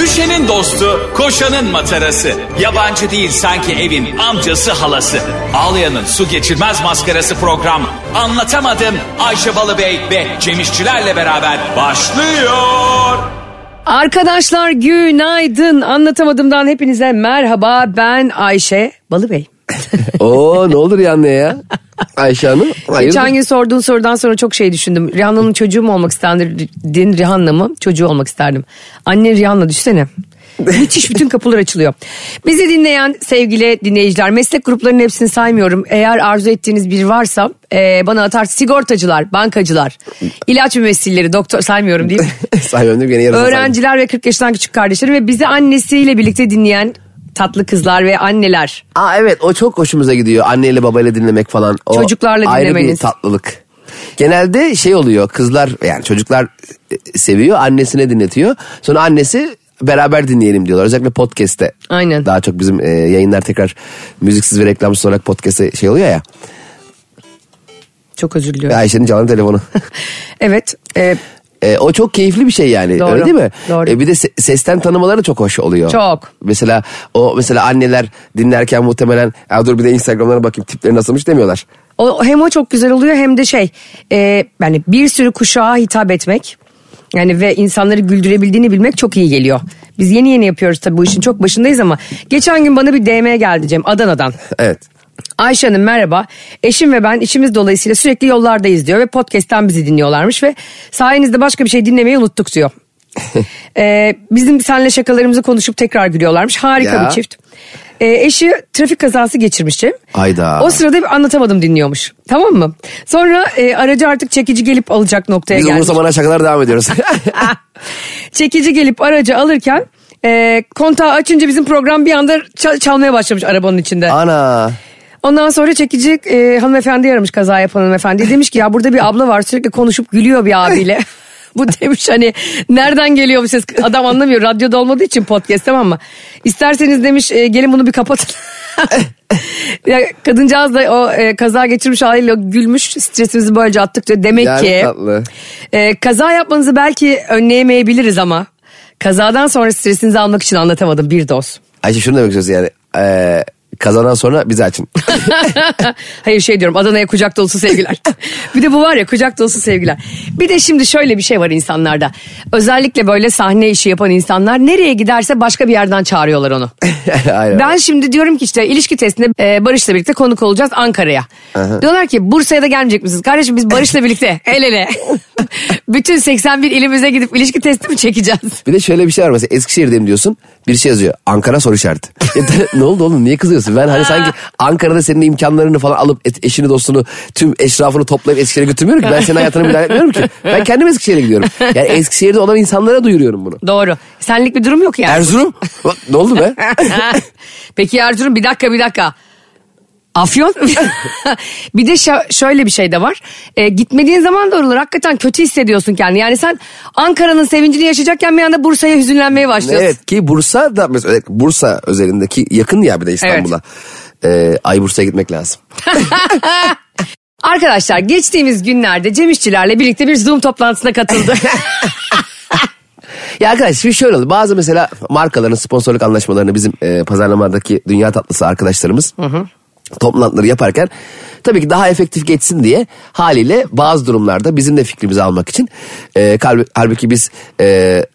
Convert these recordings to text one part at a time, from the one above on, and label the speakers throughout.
Speaker 1: Ayşe'nin dostu, koşanın matarası. Yabancı değil sanki evin amcası halası. Ağlayan'ın su geçirmez maskarası program. Anlatamadım Ayşe Balıbey ve Cemişçilerle beraber başlıyor.
Speaker 2: Arkadaşlar günaydın. Anlatamadımdan hepinize merhaba. Ben Ayşe Balıbey.
Speaker 3: Oo ne olur ya anne ya. Ayşe Hanım. hayırdır?
Speaker 2: Geçen gün sorduğun sorudan sonra çok şey düşündüm. Rihanna'nın çocuğu mu olmak isterdin, Rihanna mı? Çocuğu olmak isterdim. Anne Rihanna düşsene. Müthiş bütün kapılar açılıyor. Bizi dinleyen sevgili dinleyiciler, meslek gruplarının hepsini saymıyorum. Eğer arzu ettiğiniz biri varsa e, bana atar. Sigortacılar, bankacılar, ilaç mümessilleri, doktor saymıyorum değil mi?
Speaker 3: Say öndüm gene yarısını saydım.
Speaker 2: Öğrenciler ve 40 yaşından küçük kardeşlerim ve bizi annesiyle birlikte dinleyen tatlı kızlar ve anneler.
Speaker 3: Aa evet o çok hoşumuza gidiyor. Anneyle babayla dinlemek falan. O
Speaker 2: Çocuklarla
Speaker 3: ayrı
Speaker 2: dinlemeniz.
Speaker 3: bir tatlılık. Genelde şey oluyor kızlar yani çocuklar e, seviyor annesine dinletiyor. Sonra annesi beraber dinleyelim diyorlar. Özellikle podcast'te.
Speaker 2: Aynen.
Speaker 3: Daha çok bizim e, yayınlar tekrar müziksiz ve reklamsız olarak podcast'e şey oluyor ya.
Speaker 2: Çok özür diliyorum.
Speaker 3: Ayşe'nin canlı telefonu.
Speaker 2: Evet. e,
Speaker 3: E, o çok keyifli bir şey yani.
Speaker 2: Doğru,
Speaker 3: Öyle değil mi?
Speaker 2: doğru.
Speaker 3: E, bir de se- sesten tanımaları çok hoş oluyor.
Speaker 2: Çok.
Speaker 3: Mesela o mesela anneler dinlerken muhtemelen "Ya dur bir de Instagram'lara bakayım tipleri nasılmış demiyorlar.
Speaker 2: o, hem o çok güzel oluyor hem de şey e, yani bir sürü kuşağa hitap etmek yani ve insanları güldürebildiğini bilmek çok iyi geliyor. Biz yeni yeni yapıyoruz tabii bu işin çok başındayız ama geçen gün bana bir DM geldi Cem Adana'dan.
Speaker 3: Evet.
Speaker 2: Ayşe Hanım merhaba. Eşim ve ben işimiz dolayısıyla sürekli yollardayız diyor ve podcast'ten bizi dinliyorlarmış ve sayenizde başka bir şey dinlemeyi unuttuk diyor. Ee, bizim senle şakalarımızı konuşup tekrar gülüyorlarmış. Harika
Speaker 3: Ya.
Speaker 2: bir çift. Ee, eşi trafik kazası geçirmiş Cem.
Speaker 3: Hayda.
Speaker 2: O sırada bir anlatamadım dinliyormuş. Tamam mı? Sonra e, aracı artık çekici gelip alacak noktaya
Speaker 3: Biz
Speaker 2: gelmiş.
Speaker 3: umursamana şakalara devam ediyoruz.
Speaker 2: Çekici gelip aracı alırken e, kontağı açınca bizim program bir anda çal- çalmaya başlamış arabanın içinde.
Speaker 3: Ana.
Speaker 2: Ondan sonra çekici e, hanımefendi aramış kaza yapan hanımefendi. Demiş ki ya burada bir abla var sürekli konuşup gülüyor bir abiyle. bu demiş hani nereden geliyor bu ses? Adam anlamıyor radyoda olmadığı için podcast tamam mı? İsterseniz demiş e, gelin bunu bir kapatın. ya, kadıncağız da o e, kaza geçirmiş haliyle gülmüş stresimizi böylece attık diyor. Demek
Speaker 3: Yani
Speaker 2: ki
Speaker 3: tatlı.
Speaker 2: e, kaza yapmanızı belki önleyemeyebiliriz ama kazadan sonra stresinizi almak için anlatamadım bir doz.
Speaker 3: Ayşe şunu demek istiyorsun yani. e, kazanan sonra bizi açın.
Speaker 2: Hayır şey diyorum Adana'ya kucak dolusu sevgiler. bir de bu var ya kucak dolusu sevgiler. Bir de şimdi şöyle bir şey var insanlarda. Özellikle böyle sahne işi yapan insanlar nereye giderse başka bir yerden çağırıyorlar onu.
Speaker 3: Aynen.
Speaker 2: Ben şimdi diyorum ki işte ilişki testinde e, Barış'la birlikte konuk olacağız Ankara'ya. Diyorlar ki Bursa'ya da gelmeyecek misiniz? Kardeşim biz Barış'la birlikte el ele. Bütün 81 ilimize gidip ilişki testi mi çekeceğiz?
Speaker 3: Bir de şöyle bir şey var mesela Eskişehir'deyim diyorsun bir şey yazıyor Ankara soru işareti. Ya da- ne oldu oğlum niye kızıyorsun? Ben hani sanki Ankara'da senin imkanlarını falan alıp et- eşini dostunu tüm eşrafını toplayıp Eskişehir'e götürmüyorum ki. Ben senin hayatını müdahale etmiyorum ki. Ben kendim Eskişehir'e gidiyorum. Yani Eskişehir'de olan insanlara duyuruyorum bunu.
Speaker 2: Doğru. Senlik bir durum yok yani.
Speaker 3: Erzurum? Bak, ne oldu be?
Speaker 2: Peki Erzurum bir dakika bir dakika. Afyon. bir de şa- şöyle bir şey de var. E, gitmediğin zaman da oralar hakikaten kötü hissediyorsun kendini. Yani sen Ankara'nın sevincini yaşayacakken bir anda Bursa'ya hüzünlenmeye başlıyorsun.
Speaker 3: Evet ki Bursa da mesela Bursa özelindeki yakın ya bir de İstanbul'a. Ee, ay Bursa'ya gitmek lazım.
Speaker 2: Arkadaşlar geçtiğimiz günlerde Cem İşçilerle birlikte bir Zoom toplantısına katıldı.
Speaker 3: Ya arkadaş şimdi şöyle oldu. Bazı mesela markaların sponsorluk anlaşmalarını bizim e, pazarlamadaki dünya tatlısı arkadaşlarımız toplantıları yaparken tabii ki daha efektif geçsin diye haliyle bazı durumlarda bizim de fikrimizi almak için e, kalb- halbuki biz e,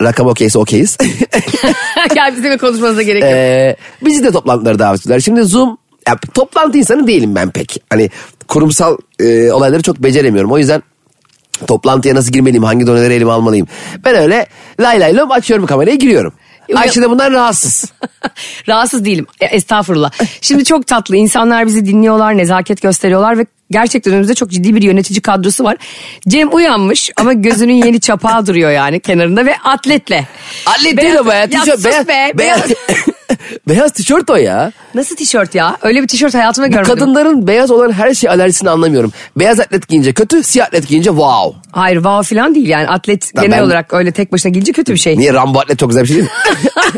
Speaker 3: rakam okeyse okeyiz.
Speaker 2: Gel bizim de konuşmanıza gerek yok.
Speaker 3: e, bizi de toplantılara davet ediyorlar. Şimdi Zoom ya, toplantı insanı değilim ben pek. Hani kurumsal e, olayları çok beceremiyorum. O yüzden toplantıya nasıl girmeliyim, hangi doneleri elime almalıyım. Ben öyle lay lay lom açıyorum kamerayı giriyorum.
Speaker 2: Yok.
Speaker 3: Ayşe de bundan rahatsız.
Speaker 2: Rahatsız değilim. E, Estağfurullah. Şimdi çok tatlı. İnsanlar bizi dinliyorlar, nezaket gösteriyorlar ve gerçekten önümüzde çok ciddi bir yönetici kadrosu var. Cem uyanmış ama gözünün yeni çapağı duruyor yani kenarında ve atletle.
Speaker 3: Atlet değil
Speaker 2: Beyaz-
Speaker 3: o be.
Speaker 2: Ya
Speaker 3: Tişört,
Speaker 2: sus
Speaker 3: beyaz,
Speaker 2: be,
Speaker 3: beyaz,
Speaker 2: beyaz.
Speaker 3: beyaz tişört o ya.
Speaker 2: Nasıl tişört ya? Öyle bir tişört hayatımda görmedim.
Speaker 3: Kadınların beyaz olan her şey alerjisini anlamıyorum. Beyaz atlet giyince kötü, siyah atlet giyince wow.
Speaker 2: Hayır wow falan değil yani atlet
Speaker 3: Ya
Speaker 2: genel
Speaker 3: ben-
Speaker 2: olarak öyle tek başına gelince kötü bir şey.
Speaker 3: Niye Rambo atlet çok güzel bir şey değil mi?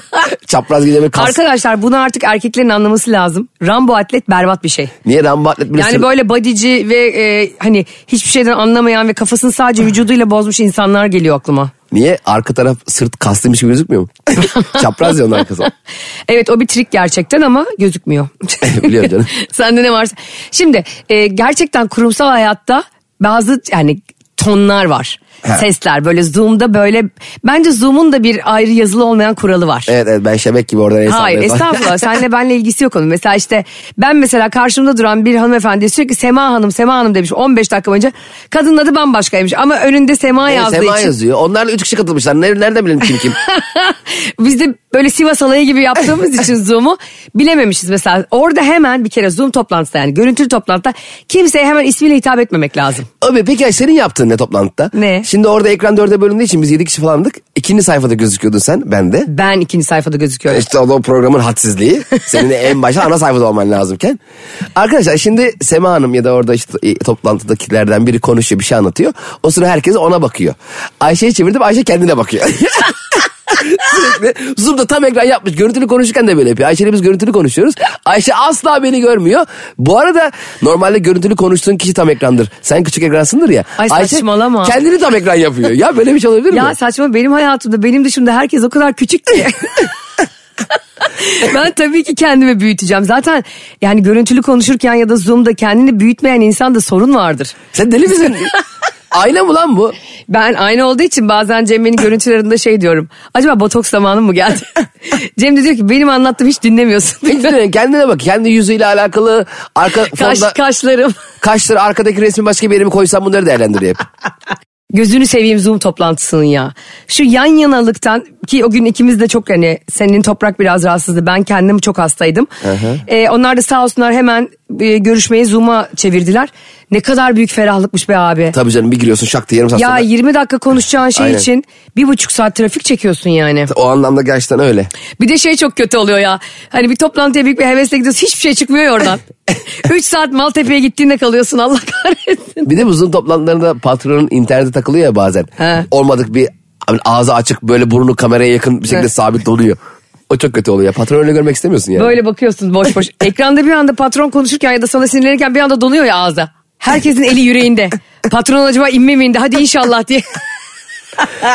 Speaker 3: Çapraz giyince böyle kas.
Speaker 2: Arkadaşlar bunu artık erkeklerin anlaması lazım. Rambo atlet berbat bir şey.
Speaker 3: Niye Rambo atlet böyle
Speaker 2: Yani
Speaker 3: sırf-
Speaker 2: böyle bodyci ve e, hani hiçbir şeyden anlamayan ve kafasını sadece vücuduyla bozmuş insanlar geliyor aklıma.
Speaker 3: Niye? Arka taraf sırt kaslıymış gibi gözükmüyor mu? Çapraz ya onun arkası.
Speaker 2: Evet o bir trik gerçekten ama gözükmüyor.
Speaker 3: Biliyorum canım.
Speaker 2: Sende ne varsa. Şimdi e, gerçekten kurumsal hayatta bazı yani tonlar var.
Speaker 3: He.
Speaker 2: Sesler böyle Zoom'da böyle bence Zoom'un da bir ayrı yazılı olmayan kuralı var.
Speaker 3: Evet evet ben şebek gibi oradan el
Speaker 2: Hayır
Speaker 3: sallayıp-
Speaker 2: estağfurullah senle benle ilgisi yok onun. Mesela işte ben mesela karşımda duran bir hanımefendi sürekli Sema Hanım Sema Hanım demiş 15 dakika boyunca. Kadının adı bambaşkaymış ama önünde Sema
Speaker 3: Evet,
Speaker 2: yazdığı
Speaker 3: Sema
Speaker 2: için.
Speaker 3: yazıyor. Onlar da üç kişi katılmışlar. Ner- Nereden bilelim kim kim?
Speaker 2: Biz de böyle Sivas alayı gibi yaptığımız için Zoom'u bilememişiz mesela. Orada hemen bir kere Zoom toplantısında yani görüntülü toplantıda kimseye hemen ismiyle hitap etmemek lazım.
Speaker 3: Abi peki ay senin yaptığın ne toplantıda?
Speaker 2: Ne?
Speaker 3: Şimdi orada ekran dörde bölündüğü için biz yedi kişi falandık. İkinci sayfada gözüküyordun sen, ben de.
Speaker 2: Ben ikinci sayfada gözüküyorum.
Speaker 3: İşte o da o programın hadsizliği. Senin de en başta ana sayfada olman lazımken. Arkadaşlar şimdi Sema Hanım ya da orada işte e, toplantıdakilerden biri konuşuyor bir şey anlatıyor. O sıra herkes ona bakıyor. Ayşe'yi çevirdim Ayşe kendine bakıyor. Sürekli Zoom'da tam ekran yapmış. Görüntülü konuşurken de böyle yapıyor. Ayşe'yle biz görüntülü konuşuyoruz. Ayşe asla beni görmüyor. Bu arada normalde görüntülü konuştuğun kişi tam ekrandır. Sen küçük ekransındır ya.
Speaker 2: Ay saçmalama.
Speaker 3: Ayşe kendini tam ekran yapıyor. Ya böyle bir şey olabilir mi?
Speaker 2: Ya saçma benim hayatımda benim dışımda herkes o kadar küçük ki. ben tabii ki kendimi büyüteceğim. Zaten yani görüntülü konuşurken ya da Zoom'da kendini büyütmeyen insanda sorun vardır.
Speaker 3: Sen deli misin? Ayna mı lan bu?
Speaker 2: Ben aynı olduğu için bazen Cem beni görüntülerinde şey diyorum. Acaba botoks zamanı mı geldi? Cem de diyor ki benim anlattığım hiç dinlemiyorsun.
Speaker 3: Kendine, kendine bak. Kendi yüzüyle alakalı arka
Speaker 2: Kaş,
Speaker 3: fonda
Speaker 2: kaşlarım.
Speaker 3: kaşları arkadaki resmi başka bir yere mi koysam bunları değerlendiriyor hep.
Speaker 2: Gözünü seveyim Zoom toplantısının ya. Şu yan yanalıktan ki o gün ikimiz de çok hani senin toprak biraz rahatsızdı. Ben kendim çok hastaydım. Ee, onlar da sağ olsunlar hemen e, görüşmeyi Zoom'a çevirdiler. Ne kadar büyük ferahlıkmış be abi.
Speaker 3: Tabii canım bir giriyorsun şak diye yarım saat
Speaker 2: ya
Speaker 3: sonra.
Speaker 2: 20 dakika konuşacağın şey
Speaker 3: Aynen.
Speaker 2: için bir buçuk saat trafik çekiyorsun yani.
Speaker 3: O anlamda gerçekten öyle.
Speaker 2: Bir de şey çok kötü oluyor ya. Hani bir toplantıya büyük bir hevesle gidiyorsun hiçbir şey çıkmıyor ya oradan. 3 saat Maltepe'ye gittiğinde kalıyorsun Allah kahretsin.
Speaker 3: Bir de bu Zoom toplantılarında patronun internete takılıyor ya bazen.
Speaker 2: He.
Speaker 3: Olmadık bir hani ağzı açık böyle burnu kameraya yakın bir şekilde
Speaker 2: He.
Speaker 3: sabit donuyor. O çok kötü oluyor. Patron öyle görmek istemiyorsun yani.
Speaker 2: Böyle bakıyorsun boş boş. Ekranda bir anda patron konuşurken ya da sana sinirlenirken bir anda donuyor ya ağza. Herkesin eli yüreğinde. Patron acaba inme mi indi hadi inşallah diye.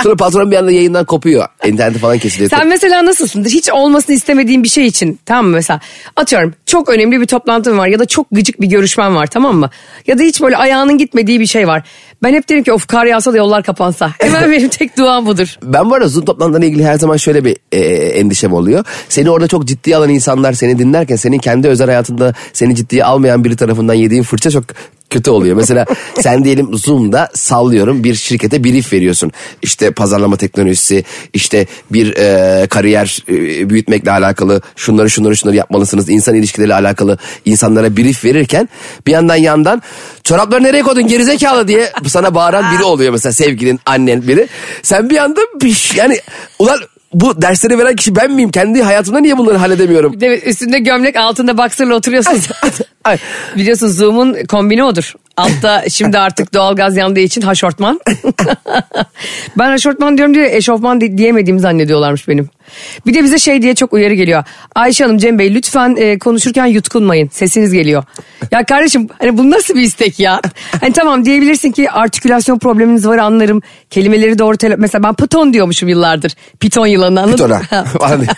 Speaker 3: Sonra patron bir anda yayından kopuyor. İnterneti falan kesiliyor.
Speaker 2: Sen mesela nasılsındır? Hiç olmasını istemediğin bir şey için tamam mı mesela? Atıyorum çok önemli bir toplantım var ya da çok gıcık bir görüşmem var tamam mı? Ya da hiç böyle ayağının gitmediği bir şey var. Ben hep derim ki of kar yağsa da yollar kapansa. Hemen benim tek duam budur.
Speaker 3: Ben bu arada Zoom toplantılarına ilgili her zaman şöyle bir e, endişem oluyor. Seni orada çok ciddiye alan insanlar seni dinlerken senin kendi özel hayatında seni ciddiye almayan biri tarafından yediğin fırça çok kötü oluyor. Mesela sen diyelim Zoom'da sallıyorum bir şirkete brief veriyorsun. İşte pazarlama teknolojisi, işte bir e, kariyer e, büyütmekle alakalı şunları şunları şunları yapmalısınız. insan ilişkileriyle alakalı insanlara brief verirken bir yandan yandan çorapları nereye koydun gerizekalı diye sana bağıran biri oluyor mesela sevgilin annen biri. Sen bir anda piş yani ulan bu dersleri veren kişi ben miyim? Kendi hayatımda niye bunları halledemiyorum?
Speaker 2: Bir de üstünde gömlek altında baksırla oturuyorsun.
Speaker 3: Ay,
Speaker 2: Biliyorsun Zoom'un kombini odur. Altta şimdi artık doğalgaz yandığı için haşortman. ben haşortman diyorum diye eşofman di- diyemediğimi zannediyorlarmış benim. Bir de bize şey diye çok uyarı geliyor. Ayşe Hanım, Cem Bey lütfen e, konuşurken yutkunmayın. Sesiniz geliyor. Ya kardeşim hani bu nasıl bir istek ya? Hani tamam diyebilirsin ki artikülasyon probleminiz var anlarım. Kelimeleri doğru tele... Mesela ben piton diyormuşum yıllardır. Piton yılanı anladın mı?
Speaker 3: Pitona. Falan diye.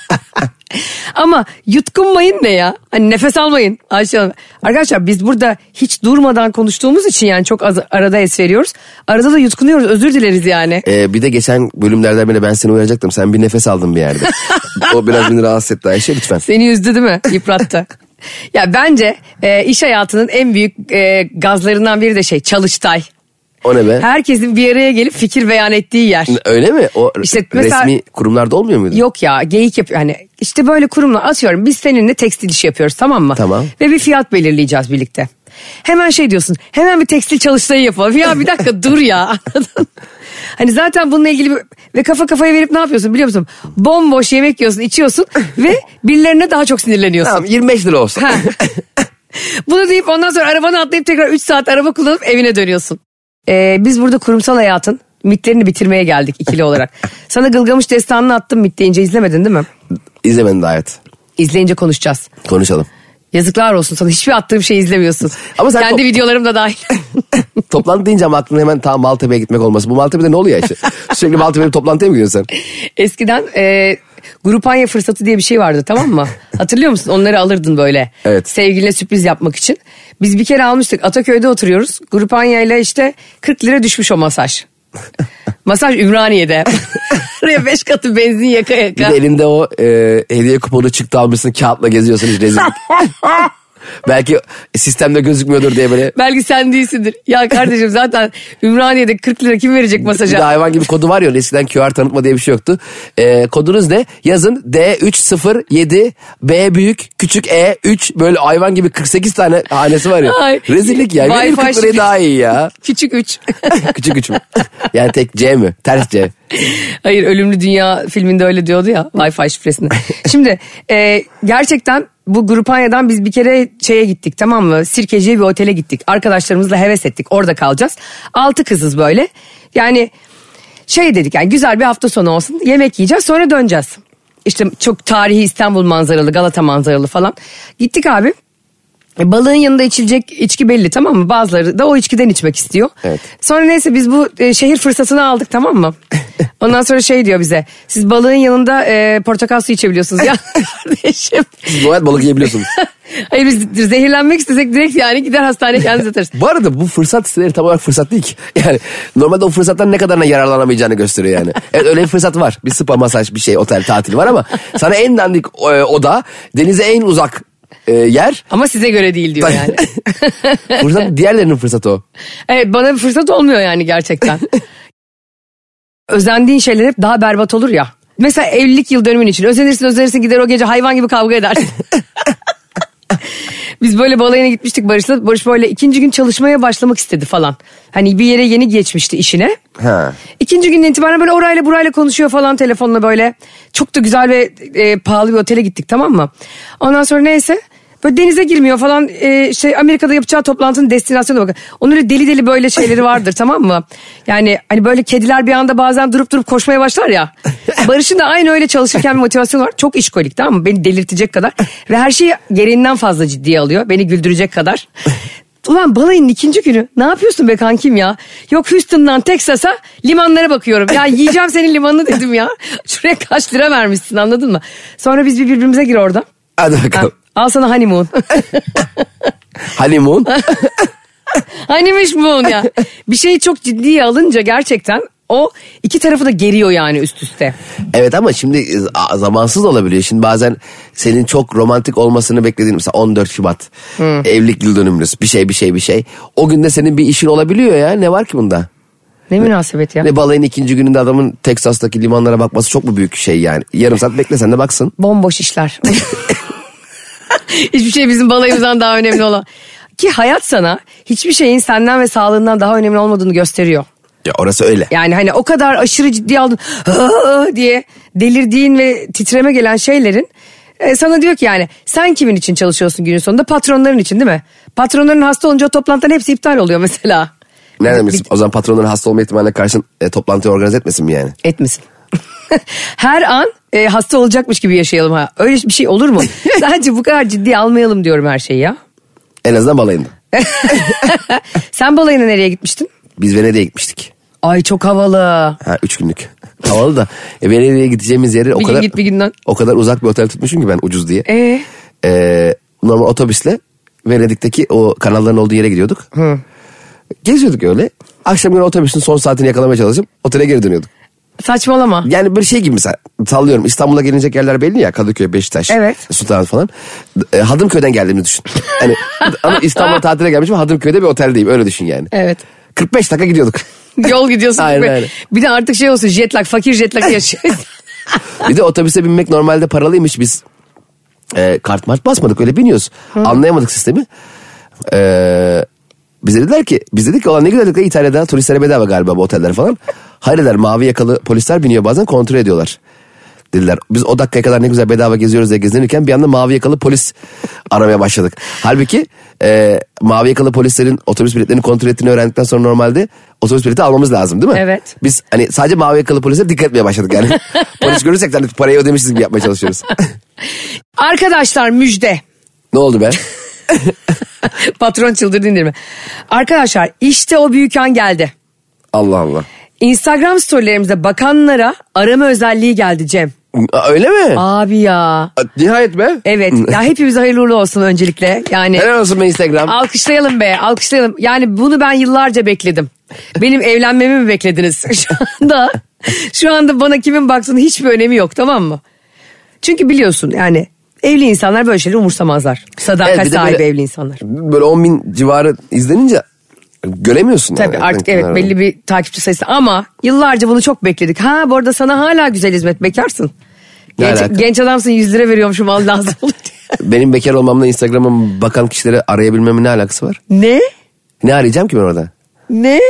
Speaker 2: Ama yutkunmayın ne ya? Hani nefes almayın Ayşe Hanım. Arkadaşlar biz burada hiç durmadan konuştuğumuz için yani çok az arada es veriyoruz. Arada da yutkunuyoruz özür dileriz yani.
Speaker 3: Ee, bir de geçen bölümlerden bile ben seni uyaracaktım. Sen bir nefes aldın bir yerde. o biraz beni rahatsız etti Ayşe lütfen.
Speaker 2: Seni üzdü değil mi? Yıprattı. ya bence e, iş hayatının en büyük e, gazlarından biri de şey çalıştay.
Speaker 3: O ne be?
Speaker 2: Herkesin bir araya gelip fikir beyan ettiği yer.
Speaker 3: Öyle mi? O
Speaker 2: İşte mesela-
Speaker 3: resmi kurumlarda olmuyor muydu?
Speaker 2: Yok ya geyik yapıyor. Hani işte böyle kurumla atıyorum biz seninle tekstil işi yapıyoruz tamam mı?
Speaker 3: Tamam.
Speaker 2: Ve bir fiyat belirleyeceğiz birlikte. Hemen şey diyorsun hemen bir tekstil çalıştayı yapalım. Ya bir dakika dur ya anladın mı? Hani zaten bununla ilgili bir- ve kafa kafaya verip ne yapıyorsun biliyor musun? Bomboş yemek yiyorsun içiyorsun ve birilerine daha çok sinirleniyorsun.
Speaker 3: Tamam 25 lira olsun.
Speaker 2: Ha. Bunu deyip ondan sonra arabana atlayıp tekrar 3 saat araba kullanıp evine dönüyorsun. Ee, biz burada kurumsal hayatın mitlerini bitirmeye geldik ikili olarak. Sana Gılgamış Destanı'nı attım mit deyince izlemedin değil mi?
Speaker 3: İzlemedim daha evet.
Speaker 2: İzleyince konuşacağız.
Speaker 3: Konuşalım.
Speaker 2: Yazıklar olsun sana. Hiçbir attığım şey izlemiyorsun.
Speaker 3: Ama sen
Speaker 2: Kendi
Speaker 3: top-
Speaker 2: videolarım da dahil.
Speaker 3: Toplantı deyince ama aklına hemen tamam Maltepe'ye gitmek olması. Bu Maltepe'de ne oluyor ya işte? Sürekli Maltepe'ye bir toplantıya mı gidiyorsun sen?
Speaker 2: Eskiden e, grupanya fırsatı diye bir şey vardı tamam mı? Hatırlıyor musun? Onları alırdın böyle.
Speaker 3: Evet.
Speaker 2: Sevgiline sürpriz yapmak için. Biz bir kere almıştık. Ataköy'de oturuyoruz. Grupanyayla işte 40 lira düşmüş o masaj. masaj Ümraniye'de. Oraya 5 katı benzin yaka
Speaker 3: Bir
Speaker 2: yaka.
Speaker 3: de elinde o e, hediye kuponu çıktı almışsın kağıtla geziyorsun hiç rezil. Belki sistemde gözükmüyordur diye böyle
Speaker 2: Belki sen değilsindir. Ya kardeşim zaten Ümraniye'de 40 lira kim verecek
Speaker 3: Bir de
Speaker 2: masaja?
Speaker 3: hayvan gibi kodu var ya eskiden QR tanıtma diye bir şey yoktu. Ee, kodunuz ne? Yazın D307 B büyük küçük E 3 böyle hayvan gibi 48 tane hanesi var ya.
Speaker 2: Ay.
Speaker 3: Rezillik ya.
Speaker 2: Wi-Fi
Speaker 3: Yani 40 liraya
Speaker 2: şimdi-
Speaker 3: daha iyi ya.
Speaker 2: Küçük 3.
Speaker 3: küçük 3 mü? Yani tek C mi? Ters C.
Speaker 2: Hayır Ölümlü Dünya filminde öyle diyordu ya Wi-Fi şifresini. Şimdi e, gerçekten bu Grupanya'dan biz bir kere şeye gittik tamam mı? Sirkeci'ye bir otele gittik. Arkadaşlarımızla heves ettik orada kalacağız. Altı kızız böyle. Yani şey dedik yani güzel bir hafta sonu olsun yemek yiyeceğiz sonra döneceğiz. İşte çok tarihi İstanbul manzaralı Galata manzaralı falan. Gittik abi. E, Balığın yanında içilecek içki belli tamam mı? Bazıları da o içkiden içmek istiyor.
Speaker 3: Evet.
Speaker 2: Sonra neyse biz bu e, şehir fırsatını aldık tamam mı? Ondan sonra şey diyor bize. Siz balığın yanında e, portakal suyu içebiliyorsunuz ya. Kardeşim.
Speaker 3: Siz bu hayat balık yiyebiliyorsunuz.
Speaker 2: Hayır biz zehirlenmek istesek direkt yani gider hastaneye kendimiz atarız.
Speaker 3: Bu arada bu fırsat siteleri tam olarak fırsat değil ki. Yani normalde o fırsattan ne kadarına yararlanamayacağını gösteriyor yani. Evet öyle bir fırsat var. Bir spa masaj bir şey otel tatil var ama sana en dandik e, oda denize en uzak e, yer
Speaker 2: Ama size göre değil diyor yani.
Speaker 3: fırsat diğerlerinin fırsatı o.
Speaker 2: Evet bana bir fırsat olmuyor yani gerçekten. Özendiğin şeyler hep daha berbat olur ya. Mesela evlilik yıl dönümün için özenirsin özenirsin gider o gece hayvan gibi kavga edersin. Biz böyle balayına gitmiştik Barış'la. Barış böyle ikinci gün çalışmaya başlamak istedi falan. Hani bir yere yeni geçmişti işine.
Speaker 3: Ha.
Speaker 2: İkinci günden itibaren böyle orayla burayla konuşuyor falan telefonla böyle. Çok da güzel ve e, pahalı bir otele gittik tamam mı? Ondan sonra neyse böyle denize girmiyor falan e, şey Amerika'da yapacağı toplantının destinasyonu bakın. Onun öyle deli deli böyle şeyleri vardır tamam mı? Yani hani böyle kediler bir anda bazen durup durup koşmaya başlar ya. Barış'ın da aynı öyle çalışırken bir motivasyonu var. Çok işkolik tamam mı? Beni delirtecek kadar. Ve her şeyi gereğinden fazla ciddiye alıyor. Beni güldürecek kadar. Ulan balayın ikinci günü ne yapıyorsun be kankim ya? Yok Houston'dan Texas'a limanlara bakıyorum. Ya yiyeceğim senin limanını dedim ya. Şuraya kaç lira vermişsin anladın mı? Sonra biz bir birbirimize gir orada.
Speaker 3: Hadi
Speaker 2: Ha,
Speaker 3: bakalım.
Speaker 2: al sana honeymoon.
Speaker 3: Honeymoon.
Speaker 2: Honeymiş moon ya. Bir şeyi çok ciddiye alınca gerçekten o iki tarafı da geriyor yani üst üste.
Speaker 3: evet ama şimdi e, a- zamansız olabiliyor. Şimdi bazen senin çok romantik olmasını beklediğin mesela 14 Şubat evlilik yıl dönümünüz bir şey bir şey bir şey. O günde senin bir işin olabiliyor ya ne var ki bunda?
Speaker 2: Ne münasebet ya.
Speaker 3: Ne balayın ikinci gününde adamın Teksas'taki limanlara bakması çok mu büyük şey yani? Yarım saat beklesen de baksın.
Speaker 2: Bomboş işler. hiçbir şey bizim balayımızdan daha önemli olan. Ki hayat sana hiçbir şeyin senden ve sağlığından daha önemli olmadığını gösteriyor.
Speaker 3: Ya orası öyle.
Speaker 2: Yani hani o kadar aşırı ciddiye aldın diye delirdiğin ve titreme gelen şeylerin e, sana diyor ki yani sen kimin için çalışıyorsun günün sonunda? Patronların için değil mi? Patronların hasta olunca o toplantıların hepsi iptal oluyor mesela.
Speaker 3: Nereden
Speaker 2: Bir-
Speaker 3: bilsin? O zaman patronların hasta olma ihtimaline karşın e, toplantıyı organize etmesin mi yani?
Speaker 2: Etmesin. Her an e, hasta olacakmış gibi yaşayalım ha. Öyle bir şey olur mu? Sadece bu kadar ciddiye almayalım diyorum her şeyi ya.
Speaker 3: En azından balayında.
Speaker 2: Sen balayına nereye gitmiştin?
Speaker 3: Biz Venedik'e gitmiştik.
Speaker 2: Ay çok havalı.
Speaker 3: Ha üç günlük. Havalı da e, Venedik'e gideceğimiz yeri o
Speaker 2: Bir gün
Speaker 3: kadar
Speaker 2: git, bir gün dön.
Speaker 3: o kadar uzak bir otel tutmuşum ki ben ucuz diye.
Speaker 2: Ee?
Speaker 3: Ee, normal otobüsle Venedik'teki o kanalların olduğu yere gidiyorduk. Geziyorduk öyle. Akşam günü otobüsün son saatini yakalamaya çalışıp otele geri dönüyorduk.
Speaker 2: Saçmalama.
Speaker 3: Yani bir şey gibi mesela sallıyorum İstanbul'a gelinecek yerler belli ya Kadıköy, Beşiktaş,
Speaker 2: Evet.
Speaker 3: Sultan falan. E, Hadımköy'den geldiğimi düşün. Hani ama İstanbul'a tatile gelmişim Hadımköy'de bir oteldeyim öyle düşün yani.
Speaker 2: Evet.
Speaker 3: 45 dakika gidiyorduk.
Speaker 2: Yol gidiyorsun.
Speaker 3: Aynen
Speaker 2: gibi.
Speaker 3: öyle.
Speaker 2: Bir de artık şey olsun jet lag fakir jet lag yaşıyorsun.
Speaker 3: Bir de otobüse binmek normalde paralıymış biz. E, kart mart basmadık öyle biniyoruz. Anlayamadık sistemi. E, bize dediler ki biz dedik ki "Ulan ne güzel dedik, İtalya'da turistlere bedava galiba bu oteller falan. Hayır dediler, mavi yakalı polisler biniyor bazen kontrol ediyorlar. Dediler biz o dakikaya kadar ne güzel bedava geziyoruz diye gezinirken bir anda mavi yakalı polis aramaya başladık. Halbuki e, mavi yakalı polislerin otobüs biletlerini kontrol ettiğini öğrendikten sonra normalde otobüs bileti almamız lazım değil mi?
Speaker 2: Evet.
Speaker 3: Biz hani sadece mavi yakalı polise dikkat etmeye başladık yani. Polis görürsek hani parayı ödemişiz gibi yapmaya çalışıyoruz.
Speaker 2: Arkadaşlar müjde.
Speaker 3: Ne oldu be?
Speaker 2: Patron çıldırdı indirme. Arkadaşlar işte o büyük an geldi.
Speaker 3: Allah Allah.
Speaker 2: Instagram storylerimizde bakanlara arama özelliği geldi Cem.
Speaker 3: Aa, Öyle mi?
Speaker 2: Abi ya.
Speaker 3: Aa, Nihayet be.
Speaker 2: Evet. ya hepimize hayırlı uğurlu olsun öncelikle. Yani
Speaker 3: Helal olsun be Instagram.
Speaker 2: alkışlayalım be alkışlayalım. Yani bunu ben yıllarca bekledim. Benim evlenmemi mi beklediniz? Şu anda, şu anda bana kimin baksın hiçbir önemi yok tamam mı? Çünkü biliyorsun yani evli insanlar böyle şeyleri umursamazlar. Sadakat
Speaker 3: Evet, bir de
Speaker 2: sahibi
Speaker 3: böyle-
Speaker 2: evli insanlar.
Speaker 3: Böyle 10 bin civarı izlenince göremiyorsun. yani
Speaker 2: Tabii artık
Speaker 3: ekran
Speaker 2: evet
Speaker 3: kenarını.
Speaker 2: belli bir takipçi sayısı ama yıllarca bunu çok bekledik. Ha bu arada sana hala güzel hizmet bekarsın.
Speaker 3: Ne
Speaker 2: Genç,
Speaker 3: alaka?
Speaker 2: genç adamsın 100 lira veriyormuşum al lazım olur diye.
Speaker 3: Benim bekar olmamla Instagram'a bakan kişileri arayabilmemin ne alakası var?
Speaker 2: ne?
Speaker 3: Ne arayacağım ki ben orada?
Speaker 2: Ne?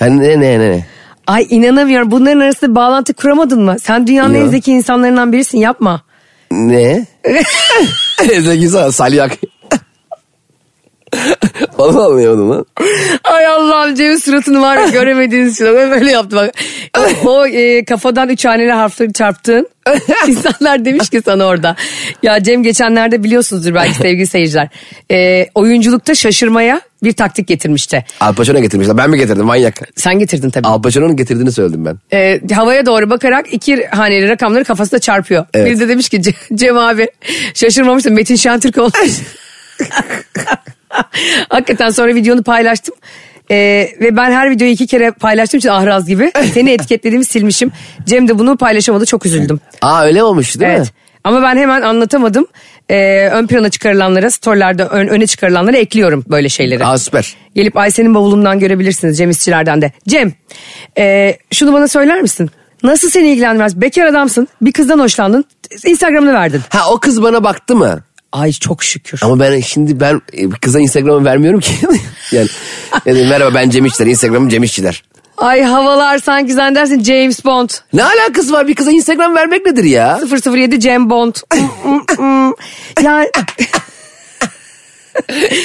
Speaker 3: Yani ne ne ne ne?
Speaker 2: Ay inanamıyorum bunların arasında bağlantı kuramadın mı? Sen dünyanın en
Speaker 3: Yok.
Speaker 2: zeki insanlarından birisin yapma.
Speaker 3: Ne? Zeki sana salyak. Onu da anlayamadım lan.
Speaker 2: Ay Allah'ım Cem'in suratını var ya, göremediğiniz için Ben böyle yaptı bak. O, o, e, kafadan üç haneli harfleri çarptın. İnsanlar demiş ki sana orada. Ya Cem geçenlerde biliyorsunuzdur belki sevgili seyirciler. E, oyunculukta şaşırmaya bir taktik getirmişti.
Speaker 3: Al Pacino getirmişler. Ben mi getirdim manyak?
Speaker 2: Sen getirdin tabii.
Speaker 3: Al Pacino'nun getirdiğini söyledim ben.
Speaker 2: E, havaya doğru bakarak iki haneli rakamları kafasına çarpıyor.
Speaker 3: Evet.
Speaker 2: Biri de demiş ki "Ce- Cem abi şaşırmamıştım Metin Şentürk olmuş. Hakikaten sonra videonu paylaştım. E, ve ben her videoyu iki kere paylaştığım için ahraz gibi. Seni etiketlediğimi silmişim. Cem de bunu paylaşamadı çok üzüldüm.
Speaker 3: Aa öyle olmuş değil mi?
Speaker 2: Evet. Ama ben hemen anlatamadım. E, ön plana çıkarılanlara, storylerde ön- öne çıkarılanlara ekliyorum böyle şeyleri.
Speaker 3: Aa süper.
Speaker 2: Gelip Ayşe'nin bavulundan görebilirsiniz Cem İşçilerden de. Cem e, şunu bana söyler misin? Nasıl seni ilgilendirmez? Bekar adamsın bir kızdan hoşlandın Instagram'ını verdin.
Speaker 3: Ha o kız bana baktı mı?
Speaker 2: Ay çok şükür.
Speaker 3: Ama ben şimdi ben e, kıza Instagram'ı vermiyorum ki. yani, yani merhaba ben Cem İşçiler. Instagram'ım Cem İşçiler.
Speaker 2: Ay havalar sanki zannedersin James Bond.
Speaker 3: Ne alakası var bir kıza Instagram vermek nedir ya?
Speaker 2: 007 Cem Bond. ya,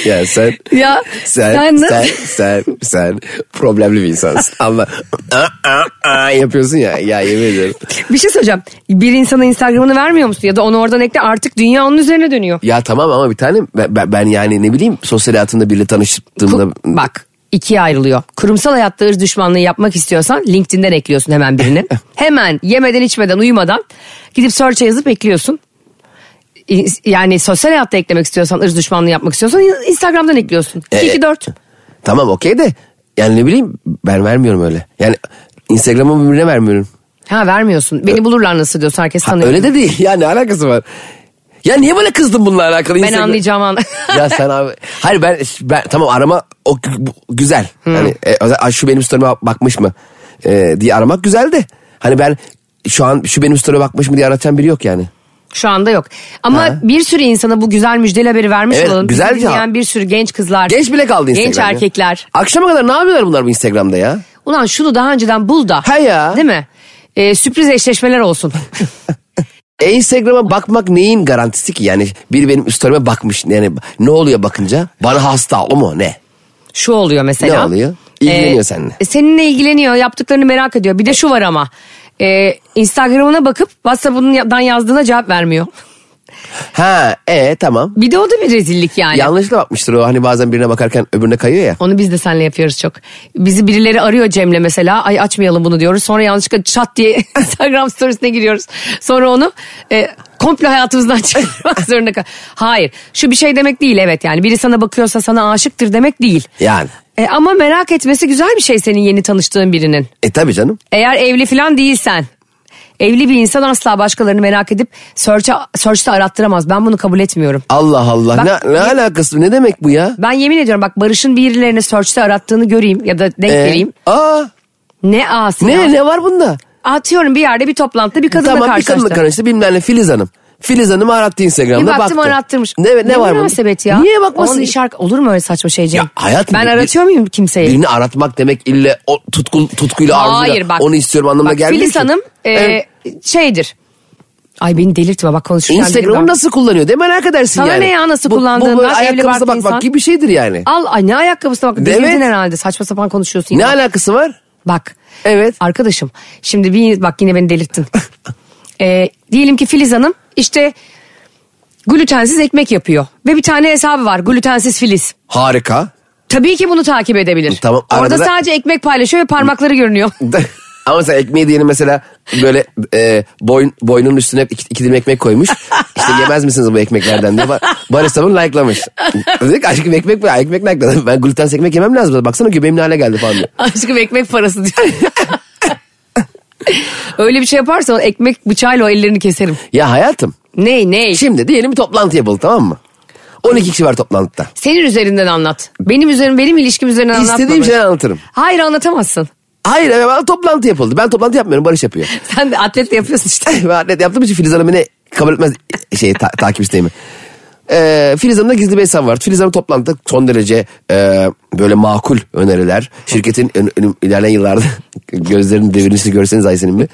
Speaker 3: ya sen
Speaker 2: ya
Speaker 3: sen
Speaker 2: sen,
Speaker 3: sen, sen
Speaker 2: nasıl-
Speaker 3: sen problemli bir insansın. Allah Aa, aa, aa yapıyorsun ya ya yemin ediyorum.
Speaker 2: Bir şey söyleyeceğim. Bir insana Instagram'ını vermiyor musun? Ya da onu oradan ekle artık dünya onun üzerine dönüyor.
Speaker 3: Ya tamam ama bir tanem ben, ben- ben yani ne bileyim sosyal hayatında biriyle tanıştığımda
Speaker 2: Ku- bak ikiye ayrılıyor. Kurumsal hayatta ırz düşmanlığı yapmak istiyorsan LinkedIn'den ekliyorsun hemen birini. hemen yemeden içmeden uyumadan gidip search'e yazıp ekliyorsun. İ- Yani sosyal hayatta eklemek istiyorsan, ırz düşmanlığı yapmak istiyorsan Instagram'dan ekliyorsun. 2
Speaker 3: Ee,
Speaker 2: 2 4.
Speaker 3: tamam okey de yani ne bileyim ben vermiyorum öyle. Yani Instagram'ımı bile vermiyorum.
Speaker 2: Ha vermiyorsun. Beni bulurlar nasıl diyorsun herkes
Speaker 3: Ha,
Speaker 2: tanıyor.
Speaker 3: öyle de değil ya ne alakası var? Ya niye böyle kızdın bununla alakalı?
Speaker 2: Ben
Speaker 3: Instagram-
Speaker 2: anlayacağım an.
Speaker 3: ya sen abi hayır ben, ben tamam arama o gü- bu- güzel. Hani e, a- şu benim story'ime bakmış mı e, diye aramak güzel de. Hani ben şu an şu benim story'ime bakmış mı diye aratan biri yok yani.
Speaker 2: Şu anda yok. Ama bir sürü insana bu güzel müjdeli haberi vermiş
Speaker 3: Evet,
Speaker 2: olalım. Bizi
Speaker 3: güzel cevap.
Speaker 2: dinleyen bir sürü genç kızlar.
Speaker 3: Genç bile kaldı Instagram'da.
Speaker 2: Genç erkekler.
Speaker 3: Akşama kadar ne yapıyorlar bunlar bu Instagram'da ya?
Speaker 2: Ulan şunu daha önceden bul da.
Speaker 3: He ya.
Speaker 2: Değil mi? Ee, sürpriz eşleşmeler olsun.
Speaker 3: E Instagram'a bakmak neyin garantisi ki? Yani biri benim story'ime bakmış. Yani ne oluyor bakınca? Bana hasta o mu ne?
Speaker 2: Şu oluyor mesela.
Speaker 3: Ne oluyor? İlgileniyor
Speaker 2: Ee,
Speaker 3: seninle.
Speaker 2: Seninle ilgileniyor. Yaptıklarını merak ediyor. Bir de şu var ama. Ee, Instagram'ına bakıp WhatsApp'ından yazdığına cevap vermiyor.
Speaker 3: Ha e tamam.
Speaker 2: Bir de o da bir rezillik yani.
Speaker 3: Yanlışla bakmıştır o hani bazen birine bakarken öbürüne kayıyor ya.
Speaker 2: Onu biz de seninle yapıyoruz çok. Bizi birileri arıyor Cem'le mesela. Ay açmayalım bunu diyoruz. Sonra yanlışlıkla çat diye Instagram storiesine giriyoruz. Sonra onu e, komple hayatımızdan çıkarmak zorunda kal. Hayır. Şu bir şey demek değil evet yani. Biri sana bakıyorsa sana aşıktır demek değil.
Speaker 3: Yani.
Speaker 2: E, ama merak etmesi güzel bir şey senin yeni tanıştığın birinin.
Speaker 3: E tabii canım.
Speaker 2: Eğer evli falan değilsen. Evli bir insan asla başkalarını merak edip search'a- search'te arattıramaz. Ben bunu kabul etmiyorum.
Speaker 3: Allah Allah.
Speaker 2: Bak-
Speaker 3: ne, ne alakası? Ne demek bu ya?
Speaker 2: Ben yemin ediyorum bak Barış'ın birilerini search'te arattığını göreyim ya da denk
Speaker 3: Ee,
Speaker 2: geleyim.
Speaker 3: Aa,
Speaker 2: Ne ağası
Speaker 3: ne
Speaker 2: ya?
Speaker 3: ne var bunda?
Speaker 2: Atıyorum bir yerde bir toplantıda bir kadınla
Speaker 3: tamam bir
Speaker 2: karşılaştı.
Speaker 3: kadınla karıştı bilmem ne Filiz Hanım. Filiz Hanım arattı
Speaker 2: Bir
Speaker 3: Instagram'da
Speaker 2: baktım
Speaker 3: baktı.
Speaker 2: arattırmış.
Speaker 3: Ne, ne, var bunda?
Speaker 2: münasebet ya?
Speaker 3: Niye bakmasın?
Speaker 2: Onun şarkı olur mu öyle saçma şey Cem?
Speaker 3: Ya hayat mı?
Speaker 2: Ben
Speaker 3: Bir-
Speaker 2: aratıyor muyum kimseyi?
Speaker 3: Birini aratmak demek ille o tutkul, tutkuyla arzuyla
Speaker 2: Hayır bak.
Speaker 3: onu istiyorum anlamına
Speaker 2: bak,
Speaker 3: gelmiyor
Speaker 2: Filiz
Speaker 3: ki.
Speaker 2: Hanım e,
Speaker 3: Evet.
Speaker 2: şeydir. Ay beni delirtme bak konuşurken.
Speaker 3: Instagram'ı
Speaker 2: delirmem.
Speaker 3: nasıl kullanıyor değil mi merak edersin
Speaker 2: Sana
Speaker 3: yani.
Speaker 2: ne ya nasıl
Speaker 3: Bu-
Speaker 2: kullandığından,
Speaker 3: Bu böyle
Speaker 2: evli barklı
Speaker 3: ayakkabısına bakmak
Speaker 2: insan.
Speaker 3: gibi bir şeydir yani.
Speaker 2: Al ay ne ayakkabısına bak.
Speaker 3: Evet.
Speaker 2: Delirdin herhalde saçma sapan konuşuyorsun.
Speaker 3: Ne
Speaker 2: yine.
Speaker 3: alakası var?
Speaker 2: Bak.
Speaker 3: Evet.
Speaker 2: Arkadaşım şimdi bir bak yine beni delirttin. Ee, diyelim ki Filiz Hanım işte glutensiz ekmek yapıyor. Ve bir tane hesabı var glutensiz Filiz.
Speaker 3: Harika.
Speaker 2: Tabii ki bunu takip edebilir.
Speaker 3: Tamam,
Speaker 2: Orada
Speaker 3: arada da-
Speaker 2: sadece ekmek paylaşıyor ve parmakları görünüyor.
Speaker 3: Ama mesela ekmeği diyelim mesela böyle e, boyun, boynunun üstüne iki, iki dilim ekmek koymuş. İşte yemez misiniz bu ekmeklerden diye. Bar- Barış Sabun like'lamış. Dedik aşkım ekmek mi? Ekmek like'ladım. Ben glutensiz ekmek yemem lazım. Baksana göbeğim ne hale geldi falan diyor.
Speaker 2: Aşkım ekmek parası diyor. Öyle bir şey yaparsan ekmek bıçağıyla o ellerini keserim.
Speaker 3: Ya hayatım
Speaker 2: Ney ney?
Speaker 3: şimdi diyelim bir toplantı yapıldı tamam mı? 12 kişi var toplantıda.
Speaker 2: Senin üzerinden anlat. Benim üzerim benim ilişkim üzerinden anlat.
Speaker 3: İstediğim şeyi anlatırım.
Speaker 2: Hayır anlatamazsın.
Speaker 3: Hayır evet, bana toplantı yapıldı. Ben toplantı yapmıyorum Barış yapıyor.
Speaker 2: Sen de atletle yapıyorsun işte.
Speaker 3: ben atlet yaptığım için Filiz Hanım beni kabul etmez şey ta- takip isteğimi. Ee, Filiz Hanım'da gizli bir hesap var. Filiz Hanım toplantıda son derece e, böyle makul öneriler. Şirketin ön, önüm- ilerleyen yıllarda gözlerinin devirilmesini görseniz Aysen'in mi?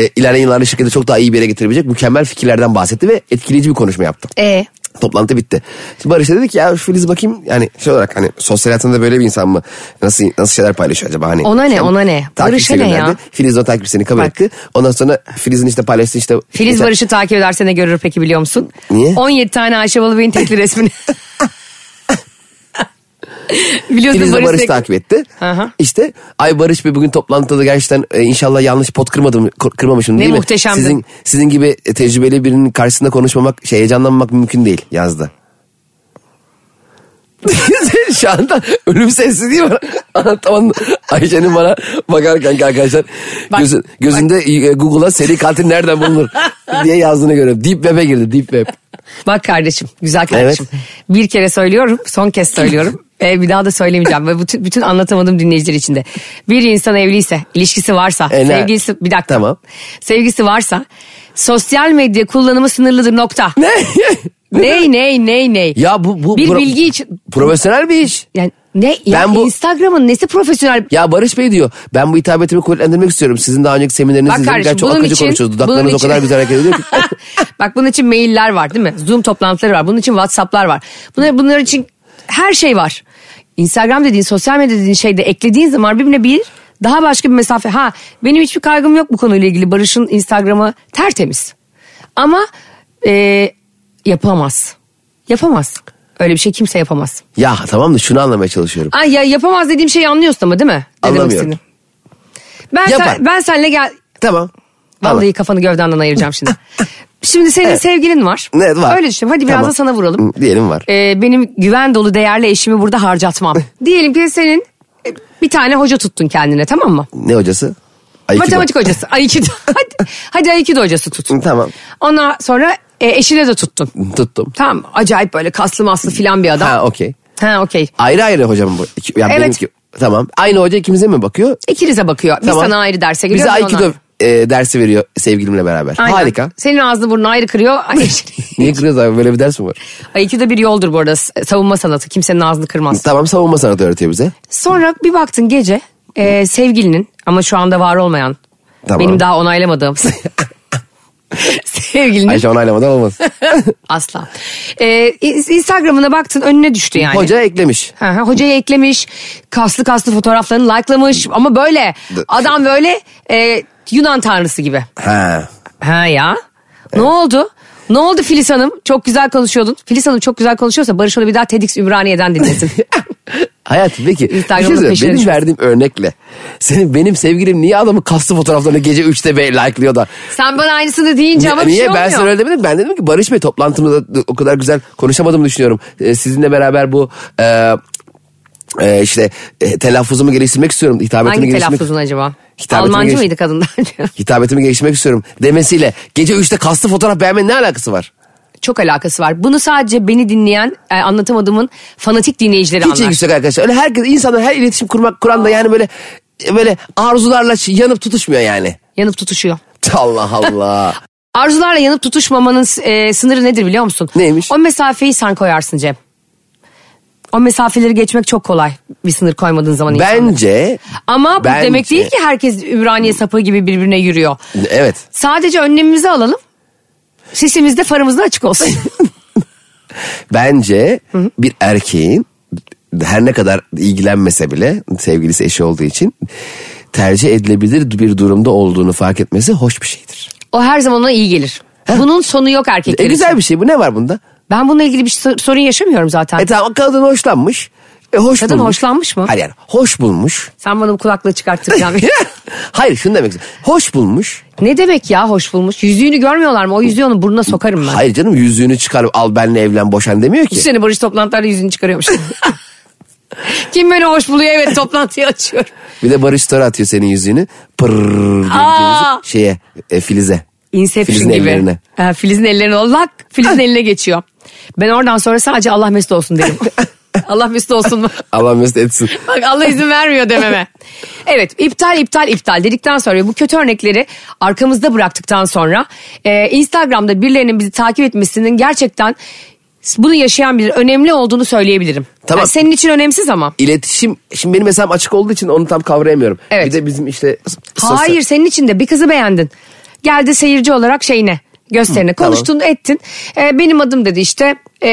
Speaker 3: E, ilerleyen yıllarda şirketi çok daha iyi bir yere getirebilecek mükemmel fikirlerden bahsetti ve etkileyici bir konuşma yaptı.
Speaker 2: Ee,
Speaker 3: Toplantı bitti. Şimdi Barış da dedi ki ya şu Filiz bakayım yani şey olarak hani sosyal hayatında böyle bir insan mı? Nasıl nasıl şeyler paylaşıyor acaba hani?
Speaker 2: Ona ne,
Speaker 3: Şey,
Speaker 2: ona ne?
Speaker 3: takipçi
Speaker 2: Barış'a ne ya?
Speaker 3: gönderdi. Filiz o takipçisini kabul
Speaker 2: Bak.
Speaker 3: etti. Ondan sonra Filiz'in işte paylaştığı işte.
Speaker 2: Filiz
Speaker 3: Mesela-
Speaker 2: Barış'ı takip ederse ne görür peki biliyor musun?
Speaker 3: Niye?
Speaker 2: 17 tane Ayşe Balıbey'in tekli resmini. Biliyorsun
Speaker 3: Filiz de
Speaker 2: Barış,
Speaker 3: Barış
Speaker 2: tek-
Speaker 3: takip etti.
Speaker 2: Aha.
Speaker 3: İşte ay Barış Bey bugün toplantıda gerçekten e, inşallah yanlış pot kırmadım kır- kırmamışım
Speaker 2: Ne
Speaker 3: değil mi?
Speaker 2: muhteşemdi.
Speaker 3: Sizin sizin gibi e, tecrübeli birinin karşısında konuşmamak şey heyecanlanmamak mümkün değil yazdı. Şu anda ölüm sessizliği var. Anlatamadım. Ayşe'nin bana bakarken ki arkadaşlar
Speaker 2: Bak,
Speaker 3: gözü- gözünde e, Google'a seri katil nereden bulunur diye yazdığını görüyorum. Deep Web'e girdi Deep Web.
Speaker 2: Bak kardeşim, güzel kardeşim.
Speaker 3: Evet.
Speaker 2: Bir kere söylüyorum, son kez söylüyorum. Ve bir daha da söylemeyeceğim. Ve bütün, bütün anlatamadığım dinleyiciler içinde. Bir insan evliyse, ilişkisi varsa,
Speaker 3: E, ne-
Speaker 2: sevgilisi... Bir dakika.
Speaker 3: Tamam.
Speaker 2: Sevgisi varsa, sosyal medya kullanımı sınırlıdır nokta. Ne? Ney ney ney ney.
Speaker 3: Ya bu, bu
Speaker 2: Bir
Speaker 3: pro-
Speaker 2: bilgi için...
Speaker 3: profesyonel bir iş.
Speaker 2: Yani ne? Ya
Speaker 3: Ben bu-
Speaker 2: Instagram'ın nesi profesyonel?
Speaker 3: Ya Barış Bey diyor ben bu hitabetimi kuvvetlendirmek istiyorum. Sizin daha önceki
Speaker 2: Bak
Speaker 3: seminerinizde
Speaker 2: kardeşim
Speaker 3: gerçi çok
Speaker 2: bunun
Speaker 3: akıcı
Speaker 2: için...
Speaker 3: konuşuyoruz.
Speaker 2: bunun
Speaker 3: Dudaklarınız o
Speaker 2: için-
Speaker 3: kadar güzel hareket ediyor ki.
Speaker 2: Bak bunun için mailler var değil mi? Zoom toplantıları var. Bunun için Whatsapp'lar var. Bunlar, bunlar için her şey var. Instagram dediğin, sosyal medya dediğin şeyde eklediğin zaman birbirine bir daha başka bir mesafe. Ha benim hiçbir kaygım yok bu konuyla ilgili. Barış'ın Instagram'ı tertemiz. Ama e, yapamaz. Yapamaz. Öyle bir şey kimse yapamaz.
Speaker 3: ya tamam da şunu anlamaya çalışıyorum.
Speaker 2: Ay ya yapamaz dediğim şeyi anlıyorsun ama değil mi? Ne demek
Speaker 3: Anlamıyorum.
Speaker 2: istediğimi? Ben, sen-
Speaker 3: Yapar.
Speaker 2: ben seninle gel...
Speaker 3: Tamam.
Speaker 2: Vallahi
Speaker 3: Anladım.
Speaker 2: kafanı gövdenden ayıracağım şimdi. Şimdi senin
Speaker 3: Evet.
Speaker 2: sevgilin var.
Speaker 3: Evet var.
Speaker 2: Öyle düşün. Hadi biraz
Speaker 3: Tamam. Hmm.
Speaker 2: da sana vuralım.
Speaker 3: Hı, diyelim var.
Speaker 2: Ee, benim güven dolu değerli eşimi burada harcatmam.
Speaker 3: Eh.
Speaker 2: diyelim ki senin e, bir tane hoca tuttun kendine tamam mı?
Speaker 3: Ne hocası? Aikido.
Speaker 2: Matematik hocası. Aikido. hadi, hadi Aikido hocası tut.
Speaker 3: Hı, Tamam.
Speaker 2: Ondan sonra e, eşine de tuttun.
Speaker 3: Tuttum.
Speaker 2: Tamam acayip böyle kaslı maslı filan bir adam.
Speaker 3: Ha okey.
Speaker 2: Ha okey.
Speaker 3: Ayrı ayrı hocam bu. İki- Yani
Speaker 2: Evet.
Speaker 3: benimki- Tamam. Aynı hoca ikimize mi bakıyor?
Speaker 2: İkinize bakıyor.
Speaker 3: Tamam.
Speaker 2: Biz sana ayrı derse
Speaker 3: Bize
Speaker 2: giriyoruz. ona-
Speaker 3: Aikido e, dersi veriyor sevgilimle beraber.
Speaker 2: Aynen.
Speaker 3: Harika.
Speaker 2: Senin ağzını burnunu ayrı kırıyor. Ay, eşini-
Speaker 3: Niye kırıyoruz abi böyle bir ders mi var?
Speaker 2: Aikido bir yoldur bu arada. Savunma sanatı. Kimsenin ağzını kırmaz.
Speaker 3: Tamam savunma sanatı öğretiyor bize.
Speaker 2: Sonra bir baktın gece e, sevgilinin ama şu anda var olmayan
Speaker 3: Tamam.
Speaker 2: benim daha onaylamadığım sevgilinin
Speaker 3: Ayşe onaylamadan olmaz.
Speaker 2: asla. E, in- Instagram'ına baktın önüne düştü yani.
Speaker 3: Hoca eklemiş.
Speaker 2: Ha, ha, hocayı eklemiş kaslı kaslı fotoğraflarını likelamış ama böyle
Speaker 3: D-
Speaker 2: adam böyle e, Yunan tanrısı gibi.
Speaker 3: Ha.
Speaker 2: Ha ya ne oldu? Ne oldu Filiz Hanım? Çok güzel konuşuyordun. Filiz Hanım çok güzel konuşuyorsa Barış onu bir daha TEDx Ümraniye'den dinlesin.
Speaker 3: Hayatım peki bir şey
Speaker 2: Instagram'ın
Speaker 3: söyleyeyim.
Speaker 2: peşine
Speaker 3: benim
Speaker 2: düşmüş.
Speaker 3: verdiğim örnekle senin benim sevgilim niye adamın kaslı fotoğraflarını gece 3'te be like'lıyor da
Speaker 2: Sen bana aynısını deyince ama bir
Speaker 3: niye
Speaker 2: şey
Speaker 3: ben
Speaker 2: olmuyor.
Speaker 3: sana öyle demedim ben dedim ki Barış Bey toplantımda da o kadar güzel konuşamadığımı düşünüyorum Ee, sizinle beraber bu e, e, işte e, telaffuzumu geliştirmek istiyorum hitabetimi
Speaker 2: Hangi
Speaker 3: geliştirmek
Speaker 2: telaffuzun acaba?
Speaker 3: Hitabetimi
Speaker 2: Almancı
Speaker 3: geliş-
Speaker 2: mıydı kadınlar?
Speaker 3: hitabetimi geliştirmek istiyorum demesiyle gece 3'te kaslı fotoğraf beğenmenin ne alakası var
Speaker 2: Çok alakası var. Bunu sadece beni dinleyen, e, anlatamadığımın fanatik dinleyicileri
Speaker 3: hiç
Speaker 2: anlar.
Speaker 3: ilgisi yok arkadaşlar öyle herkes insanlar her iletişim kurmak kuran da yani böyle böyle arzularla yanıp tutuşmuyor yani
Speaker 2: Yanıp tutuşuyor.
Speaker 3: Allah Allah
Speaker 2: Arzularla yanıp tutuşmamanın e, sınırı nedir biliyor musun?
Speaker 3: Neymiş?
Speaker 2: O mesafeyi sen koyarsın Cem. O mesafeleri geçmek çok kolay bir sınır koymadığın zaman insanlara.
Speaker 3: Bence
Speaker 2: Ama bu
Speaker 3: Bence-
Speaker 2: demek değil ki herkes Ümraniye sapı gibi birbirine yürüyor.
Speaker 3: Evet.
Speaker 2: Sadece önlemimizi alalım. Sesimiz de farımız da açık olsun.
Speaker 3: Bence bir erkeğin her ne kadar ilgilenmese bile sevgilisi eşi olduğu için tercih edilebilir bir durumda olduğunu fark etmesi hoş bir şeydir.
Speaker 2: o her zaman ona iyi gelir. Bunun sonu yok erkekler
Speaker 3: E güzel
Speaker 2: için.
Speaker 3: bir şey bu ne var bunda?
Speaker 2: Ben bununla ilgili bir sor- sorun yaşamıyorum zaten.
Speaker 3: E tamam kadın hoşlanmış. E hoş
Speaker 2: Kadın
Speaker 3: bulmuş.
Speaker 2: hoşlanmış mı?
Speaker 3: Hayır yani hoş bulmuş.
Speaker 2: Sen bana bu kulaklığı çıkarttıracaksın.
Speaker 3: Hayır şunu demek istiyorum. Hoş bulmuş.
Speaker 2: ne demek ya hoş bulmuş? Yüzüğünü görmüyorlar mı? O yüzüğü onun burnuna sokarım ben.
Speaker 3: Hayır canım yüzüğünü çıkar al benle evlen boşan demiyor
Speaker 2: Bir
Speaker 3: ki.
Speaker 2: sene Barış toplantılarda yüzünü çıkarıyormuş. Kim beni hoş buluyor evet toplantıyı açıyorum.
Speaker 3: Bir de Barış Tora atıyor senin yüzüğünü. Pırrrr diye
Speaker 2: Aa!
Speaker 3: yüzük şeye e, Filiz'e.
Speaker 2: Inception
Speaker 3: Filiz'in
Speaker 2: gibi.
Speaker 3: ellerine.
Speaker 2: Ha, Filiz'in ellerine oldu. Lak Filiz'in eline geçiyor. Ben oradan sonra sadece Allah mesut olsun derim. Allah mesut olsun mu?
Speaker 3: Allah mesut etsin.
Speaker 2: Bak Allah izin vermiyor dememe. Evet iptal iptal iptal dedikten sonra bu kötü örnekleri arkamızda bıraktıktan sonra e, Instagram'da birilerinin bizi takip etmesinin gerçekten bunu yaşayan bir önemli olduğunu söyleyebilirim.
Speaker 3: Tamam.
Speaker 2: Yani senin için önemsiz ama.
Speaker 3: İletişim şimdi benim hesabım açık olduğu için onu tam kavrayamıyorum.
Speaker 2: Evet.
Speaker 3: Bir de bizim işte sosyal-
Speaker 2: Hayır senin için de bir kızı beğendin. Geldi seyirci olarak şeyine gösterine
Speaker 3: tamam.
Speaker 2: konuştun ettin. E, benim adım dedi işte e,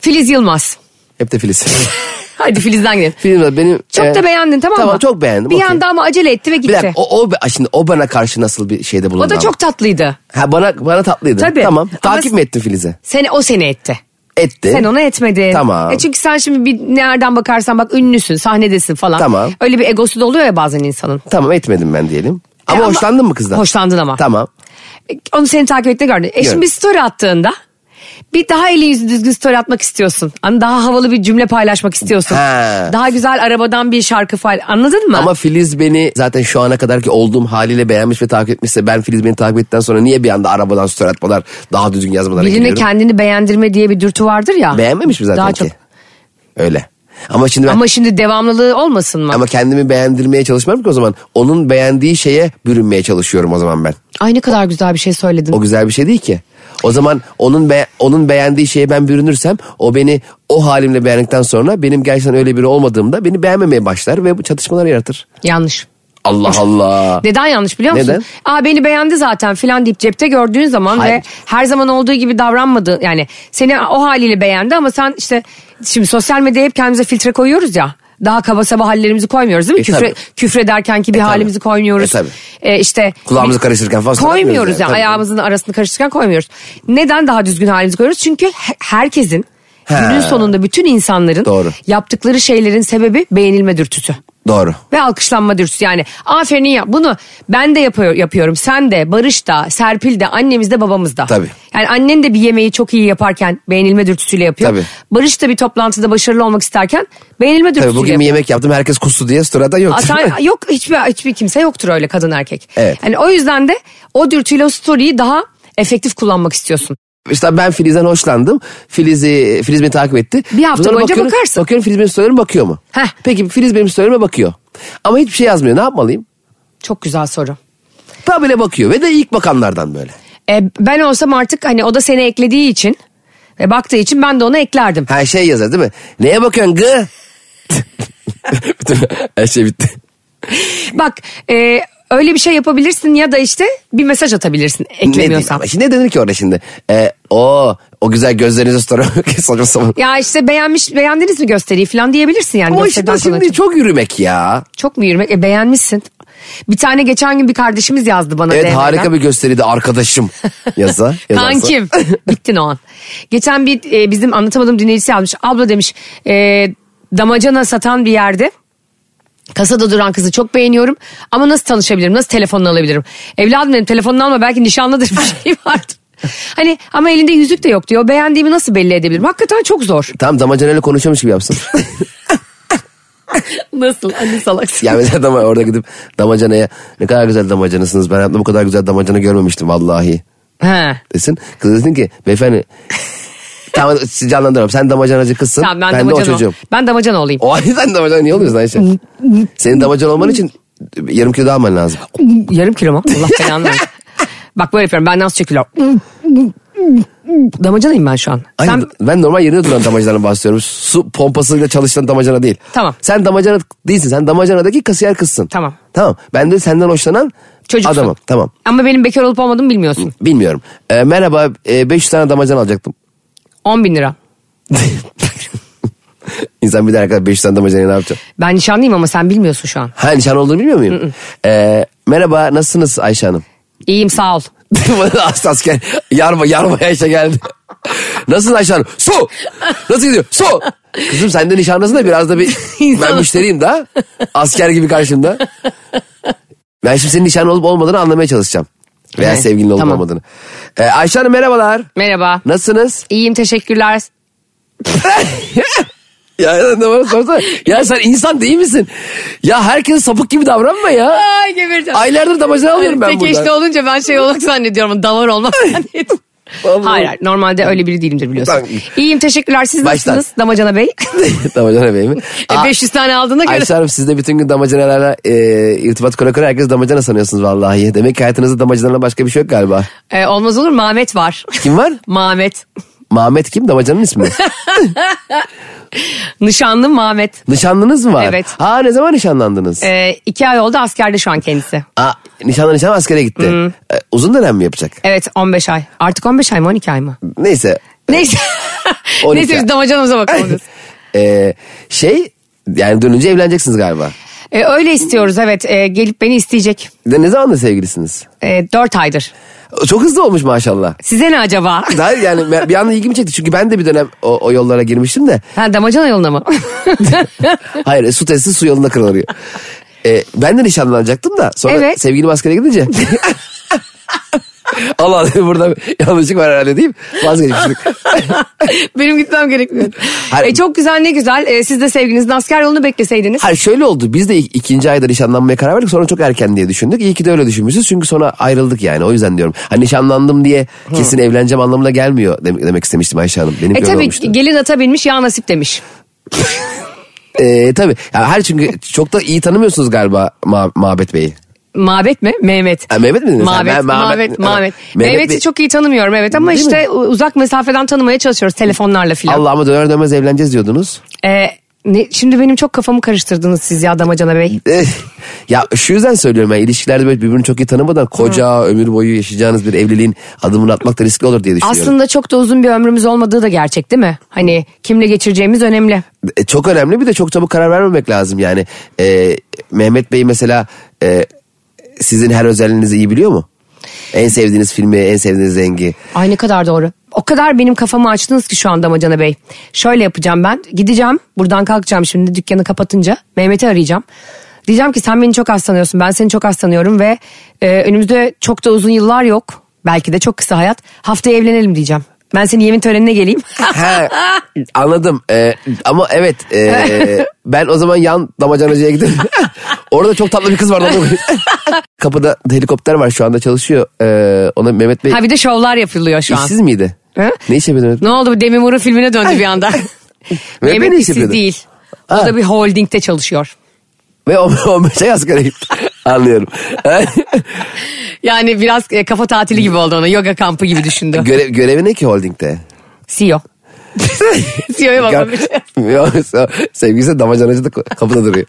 Speaker 2: Filiz Yılmaz.
Speaker 3: hep de Filiz.
Speaker 2: Hadi Filiz'den gidelim.
Speaker 3: Filmde benim
Speaker 2: Çok
Speaker 3: e,
Speaker 2: da beğendin tamam, mı?
Speaker 3: Tamam çok beğendim.
Speaker 2: Bir
Speaker 3: okey.
Speaker 2: anda ama acele etti ve
Speaker 3: bir dakika
Speaker 2: gitti. O,
Speaker 3: o, o şimdi o bana karşı nasıl bir şeyde bulundu?
Speaker 2: da
Speaker 3: ama?
Speaker 2: çok tatlıydı.
Speaker 3: Ha bana bana tatlıydı.
Speaker 2: Tabii.
Speaker 3: Tamam.
Speaker 2: Ama-
Speaker 3: Takip mi ettin Filiz'e?
Speaker 2: Seni o seni etti.
Speaker 3: Etti.
Speaker 2: Sen ona etmedin.
Speaker 3: E, Tamam.
Speaker 2: E çünkü sen şimdi bir nereden bakarsan bak ünlüsün, sahnedesin falan.
Speaker 3: Tamam.
Speaker 2: Öyle bir egosu da oluyor ya bazen insanın.
Speaker 3: Tamam etmedim ben diyelim. Ama,
Speaker 2: E ama-
Speaker 3: hoşlandın mı kızdan?
Speaker 2: Hoşlandın ama.
Speaker 3: Tamam.
Speaker 2: E, Onu seni takip etti gördün. E
Speaker 3: Gördüm.
Speaker 2: şimdi bir story attığında bir daha eli yüzü düzgün story atmak istiyorsun. Hani daha havalı bir cümle paylaşmak istiyorsun.
Speaker 3: He.
Speaker 2: Daha güzel arabadan bir şarkı falan. Anladın mı?
Speaker 3: Ama Filiz beni zaten şu ana kadar ki olduğum haliyle beğenmiş ve takip etmişse ben Filiz beni takip ettikten sonra niye bir anda arabadan story atmalar daha düzgün yazmalara
Speaker 2: Birine
Speaker 3: gidiyorum?
Speaker 2: kendini beğendirme diye bir dürtü vardır ya.
Speaker 3: Beğenmemiş mi zaten
Speaker 2: Daha
Speaker 3: ki?
Speaker 2: çok.
Speaker 3: Öyle. Ama şimdi ben ama,
Speaker 2: Ama şimdi devamlılığı olmasın mı?
Speaker 3: kendimi beğendirmeye çalışmam ki o zaman. Onun beğendiği şeye bürünmeye çalışıyorum o zaman ben.
Speaker 2: Ay ne kadar güzel bir şey söyledin.
Speaker 3: O güzel bir şey değil ki. O zaman onun be- onun beğendiği şeye ben bürünürsem o beni o halimle beğendikten sonra benim gerçekten öyle biri olmadığımda beni beğenmemeye başlar ve bu çatışmalar yaratır.
Speaker 2: Yanlış.
Speaker 3: Allah Allah.
Speaker 2: Neden yanlış biliyor musun?
Speaker 3: Neden?
Speaker 2: Aa beni beğendi zaten filan deyip cepte gördüğün zaman
Speaker 3: Hayır.
Speaker 2: ve her zaman olduğu gibi davranmadı. Yani seni o haliyle beğendi ama sen işte şimdi sosyal medyaya hep kendimize filtre koyuyoruz ya. Daha kaba saba hallerimizi koymuyoruz değil mi?
Speaker 3: E,
Speaker 2: küfre,
Speaker 3: tabii.
Speaker 2: küfrederken ki bir
Speaker 3: E, tabii.
Speaker 2: halimizi koymuyoruz.
Speaker 3: E, tabii.
Speaker 2: E, işte
Speaker 3: Kulağımızı karıştırırken falan
Speaker 2: Koymuyoruz
Speaker 3: söylemiyoruz
Speaker 2: yani.
Speaker 3: yani, tabii.
Speaker 2: Ayağımızın arasını karıştırırken koymuyoruz. Neden daha düzgün halimizi koyuyoruz? Çünkü he- herkesin
Speaker 3: He.
Speaker 2: günün sonunda bütün insanların
Speaker 3: Doğru.
Speaker 2: yaptıkları şeylerin sebebi beğenilme dürtüsü
Speaker 3: Doğru.
Speaker 2: ve alkışlanma dürtüsü yani aferin ya bunu ben de yapıyor, yapıyorum sen de Barış da Serpil de annemiz de babamız da.
Speaker 3: Tabii.
Speaker 2: Yani annen de bir yemeği çok iyi yaparken beğenilme dürtüsüyle yapıyor.
Speaker 3: Tabii.
Speaker 2: Barış da bir toplantıda başarılı olmak isterken beğenilme dürtüsüyle
Speaker 3: Tabii bugün bir
Speaker 2: yapıyor.
Speaker 3: yemek yaptım herkes kustu diye sırada yok.
Speaker 2: Atan, yok hiçbir, hiçbir kimse yoktur öyle kadın erkek.
Speaker 3: Evet.
Speaker 2: Yani o yüzden de o dürtüyle o story'yi daha efektif kullanmak istiyorsun.
Speaker 3: işte ben Filiz'den hoşlandım. Filiz'i, Filiz beni takip etti.
Speaker 2: Bir hafta
Speaker 3: Sonra
Speaker 2: boyunca
Speaker 3: bakıyorum-
Speaker 2: bakarsın.
Speaker 3: Bakıyorum Filiz benim storylerime bakıyor mu?
Speaker 2: Heh.
Speaker 3: Peki Filiz benim storylerime bakıyor. Ama hiçbir şey yazmıyor ne yapmalıyım?
Speaker 2: Çok güzel soru.
Speaker 3: Tabele bakıyor ve de ilk bakanlardan böyle.
Speaker 2: E, ben olsam artık hani o da seni eklediği için ve baktığı için ben de ona eklerdim.
Speaker 3: Her şey yazar değil mi? Neye bakıyorsun gı? Bütün her şey bitti.
Speaker 2: Bak e, öyle bir şey yapabilirsin ya da işte bir mesaj atabilirsin
Speaker 3: Ne diyeyim
Speaker 2: eklemiyorsan.
Speaker 3: ama şimdi ne denir ki orada şimdi? Ee, o o güzel gözlerinize story saçma sapan.
Speaker 2: Ya işte beğenmiş beğendiniz mi gösteriyi falan diyebilirsin yani.
Speaker 3: Ama
Speaker 2: gösteriden
Speaker 3: işte
Speaker 2: sonra
Speaker 3: şimdi çok yürümek ya.
Speaker 2: Çok mu yürümek? E, beğenmişsin. Bir tane geçen gün bir kardeşimiz yazdı bana.
Speaker 3: Evet
Speaker 2: DM'den.
Speaker 3: harika bir gösteriydi arkadaşım yaza. yazarsa.
Speaker 2: Kankim. Bittin o an. Geçen bir e, bizim anlatamadığım dinleyicisi yazmış. Abla demiş e, damacana satan bir yerde kasada duran kızı çok beğeniyorum ama nasıl tanışabilirim nasıl telefonunu alabilirim evladım dedim telefonunu alma belki nişanlıdır bir şey vardır hani ama elinde yüzük de yok diyor beğendiğimi nasıl belli edebilirim hakikaten çok zor
Speaker 3: Tam damacanayla konuşuyormuş gibi yapsın.
Speaker 2: nasıl Hani anne salaksın
Speaker 3: yani mesela dama, orada gidip damacanaya ne kadar güzel damacanasınız ben hayatımda bu kadar güzel damacana görmemiştim vallahi
Speaker 2: He.
Speaker 3: desin. Kız desin ki beyefendi tamam sizi canlandırıyorum sen damacanacı kızsın
Speaker 2: Tamam, ben,
Speaker 3: ben, de o
Speaker 2: damacana,
Speaker 3: çocuğum.
Speaker 2: ben damacana olayım
Speaker 3: O halde sen damacana niye oluyorsun Ayşe? Senin damacan olman için yarım kilo daha alman lazım.
Speaker 2: Yarım kilo mu? Allah belanı versin. Bak böyle yapıyorum. Ben nasıl çekiyorum? Damacanayım ben şu an.
Speaker 3: Hayır,
Speaker 2: Sen
Speaker 3: Ben normal yerine duran damacandan bahsediyorum. Su pompasıyla çalışan damacana değil.
Speaker 2: Tamam.
Speaker 3: Sen damacana değilsin. Sen damacanadaki kasiyer kızsın.
Speaker 2: Tamam.
Speaker 3: Tamam. Ben de senden hoşlanan
Speaker 2: çocuksun.
Speaker 3: adamım. Tamam.
Speaker 2: Ama benim bekar olup olmadığımı bilmiyorsun.
Speaker 3: Bilmiyorum. Ee, merhaba e, 500 tane damacan alacaktım.
Speaker 2: 10 bin lira.
Speaker 3: İnsan bir de arkadaş 500 tane damacanayı ne yapacak?
Speaker 2: Ben nişanlıyım ama sen bilmiyorsun şu an.
Speaker 3: Ha nişan olduğunu bilmiyor muyum? Ee, merhaba nasılsınız Ayşe Hanım?
Speaker 2: İyiyim sağ ol.
Speaker 3: Aslı asker yarma, yarmaya işe geldi. Nasıl Ayşe Su! Nasıl gidiyor? Su! Kızım sen de nişanlısın da biraz da bir... ben
Speaker 2: İnsan-
Speaker 3: müşteriyim da. Asker gibi karşımda. Ben şimdi senin nişanlı olup olmadığını anlamaya çalışacağım. Veya
Speaker 2: Evet,
Speaker 3: sevgilin olup
Speaker 2: tamam.
Speaker 3: olmadığını. Ee, Ayşe Hanım merhabalar.
Speaker 2: Merhaba.
Speaker 3: Nasılsınız?
Speaker 2: İyiyim teşekkkkürler.
Speaker 3: Ya, ne var, sorsana. ya sen insan değil misin? Ya herkese sapık gibi davranma ya.
Speaker 2: Ay gebereceğim.
Speaker 3: Aylardır damacana alıyorum ben
Speaker 2: Peki
Speaker 3: buradan.
Speaker 2: işte olunca ben şey olarak zannediyorum. Davar olmaz zannediyorum.
Speaker 3: Vallahi.
Speaker 2: Hayır, hayır normalde öyle biri değilimdir biliyorsun.
Speaker 3: Tamam.
Speaker 2: İyiyim teşekkürler. Siz
Speaker 3: Baştan.
Speaker 2: nasılsınız Damacana Bey?
Speaker 3: damacana bey mi?
Speaker 2: E,
Speaker 3: Aa,
Speaker 2: 500 tane aldığına göre.
Speaker 3: Ayşe Hanım siz de bütün gün damacanalarla e, irtibat kura kura herkes damacana sanıyorsunuz vallahi. Demek ki hayatınızda damacanadan başka bir şey yok galiba.
Speaker 2: E, olmaz olur Mehmet var.
Speaker 3: Kim var?
Speaker 2: Mehmet.
Speaker 3: Mahmet kim? Damacanın ismi. mi?
Speaker 2: Nişanlı Mehmet.
Speaker 3: Nişanlınız mı var?
Speaker 2: Evet.
Speaker 3: Ha ne zaman nişanlandınız?
Speaker 2: E, iki ay oldu askerde şu an kendisi.
Speaker 3: Aa, nişanlı nişanlı askere gitti.
Speaker 2: Hmm.
Speaker 3: E, uzun dönem mi yapacak?
Speaker 2: Evet 15 ay. Artık 15 ay mı 12 ay mı?
Speaker 3: Neyse.
Speaker 2: Neyse.
Speaker 3: 12
Speaker 2: Neyse
Speaker 3: ay.
Speaker 2: biz damacanamıza bakalım. biz.
Speaker 3: E, şey yani dönünce evleneceksiniz galiba.
Speaker 2: E, öyle istiyoruz evet. E, gelip beni isteyecek.
Speaker 3: De, ne zamandır sevgilisiniz?
Speaker 2: E, 4 aydır.
Speaker 3: Çok hızlı olmuş maşallah.
Speaker 2: Size ne acaba?
Speaker 3: Hayır yani ben- bir anda ilgimi çekti. Çünkü ben de bir dönem o, o yollara girmiştim de.
Speaker 2: Ha damacana yoluna mı?
Speaker 3: Hayır e, su testi su yolunda kırılıyor. E, ben de nişanlanacaktım da sonra
Speaker 2: Evet.
Speaker 3: sevgilim askere gidince. Allah Allah burada bir yanlışlık var herhalde deyip vazgeçmiştik.
Speaker 2: Benim gitmem gerekmiyor.
Speaker 3: Hayır.
Speaker 2: E, çok güzel ne güzel. E, siz de sevginizin asker yolunu bekleseydiniz.
Speaker 3: Hayır şöyle oldu biz de ik- ikinci ayda nişanlanmaya karar verdik sonra çok erken diye düşündük. İyi ki de öyle düşünmüşüz çünkü sonra ayrıldık yani o yüzden diyorum. Hani nişanlandım diye kesin evleneceğim anlamına gelmiyor demek, demek istemiştim Ayşe Hanım. Benim
Speaker 2: E
Speaker 3: öyle
Speaker 2: tabii
Speaker 3: olmuştu.
Speaker 2: gelin ata binmiş ya nasip demiş.
Speaker 3: E, tabii. Yani her çünkü çok da iyi tanımıyorsunuz galiba Ma- Mabet Bey'i.
Speaker 2: Mabet mi? Mehmet.
Speaker 3: Ha, Mehmet mi dediniz? Ha,
Speaker 2: Mabet,
Speaker 3: ben- Mabet-
Speaker 2: Mabet,
Speaker 3: Ha,
Speaker 2: Mabet.
Speaker 3: Mehmet
Speaker 2: Mehmet'i
Speaker 3: Bey-
Speaker 2: çok iyi tanımıyorum evet ama
Speaker 3: Değil
Speaker 2: işte uzak mesafeden tanımaya çalışıyoruz telefonlarla filan.
Speaker 3: Allah'ıma döner dönmez evleneceğiz diyordunuz.
Speaker 2: E, ne, şimdi benim çok kafamı karıştırdınız siz ya Damacana Bey.
Speaker 3: Eh, ya şu yüzden söylüyorum ben ilişkilerde böyle birbirini çok iyi tanımadan koca ömür boyu yaşayacağınız bir evliliğin adımını atmak da riskli olur diye düşünüyorum.
Speaker 2: Aslında çok da uzun bir ömrümüz olmadığı da gerçek değil mi? Hani kimle geçireceğimiz önemli.
Speaker 3: E, Çok önemli bir de çok çabuk karar vermemek lazım yani. E, Mehmet Bey mesela e, sizin her özelliğinizi iyi biliyor mu? En sevdiğiniz filmi, en sevdiğiniz rengi.
Speaker 2: Ay ne kadar doğru. O kadar benim kafamı açtınız ki şu an Damacana Bey. Şöyle yapacağım ben. Gideceğim. Buradan kalkacağım şimdi dükkanı kapatınca. Mehmet'i arayacağım. Diyeceğim ki sen beni çok az tanıyorsun. Ben seni çok az tanıyorum ve e, önümüzde çok da uzun yıllar yok. Belki de çok kısa hayat. Haftaya evlenelim diyeceğim. Ben senin yemin törenine geleyim.
Speaker 3: Ha, anladım. E, ama evet e, ben o zaman yan damacanacıya giderim. Orada çok tatlı bir kız var. Kapıda helikopter var şu anda çalışıyor. E, ona Mehmet Bey
Speaker 2: ha bir de şovlar yapılıyor şu an.
Speaker 3: İşsiz miydi?
Speaker 2: He?
Speaker 3: Ne iş yapıyordu Mehmet?
Speaker 2: Ne oldu? Demi Moore'un filmine döndü bir anda.
Speaker 3: Ve
Speaker 2: Mehmet
Speaker 3: beni iş
Speaker 2: işsiz
Speaker 3: yapıyordu.
Speaker 2: değil.
Speaker 3: Ha.
Speaker 2: O da bir holdingde çalışıyor.
Speaker 3: Ve o, o şey askere gitti. Anlıyorum.
Speaker 2: Yani biraz e, kafa tatili gibi oldu ona. Yoga kampı gibi düşündü. E
Speaker 3: Görev, görevi ne ki holdingde?
Speaker 2: CEO. CEO'ya bakmamış.
Speaker 3: Sevgilisi damacanacı da kapıda duruyor.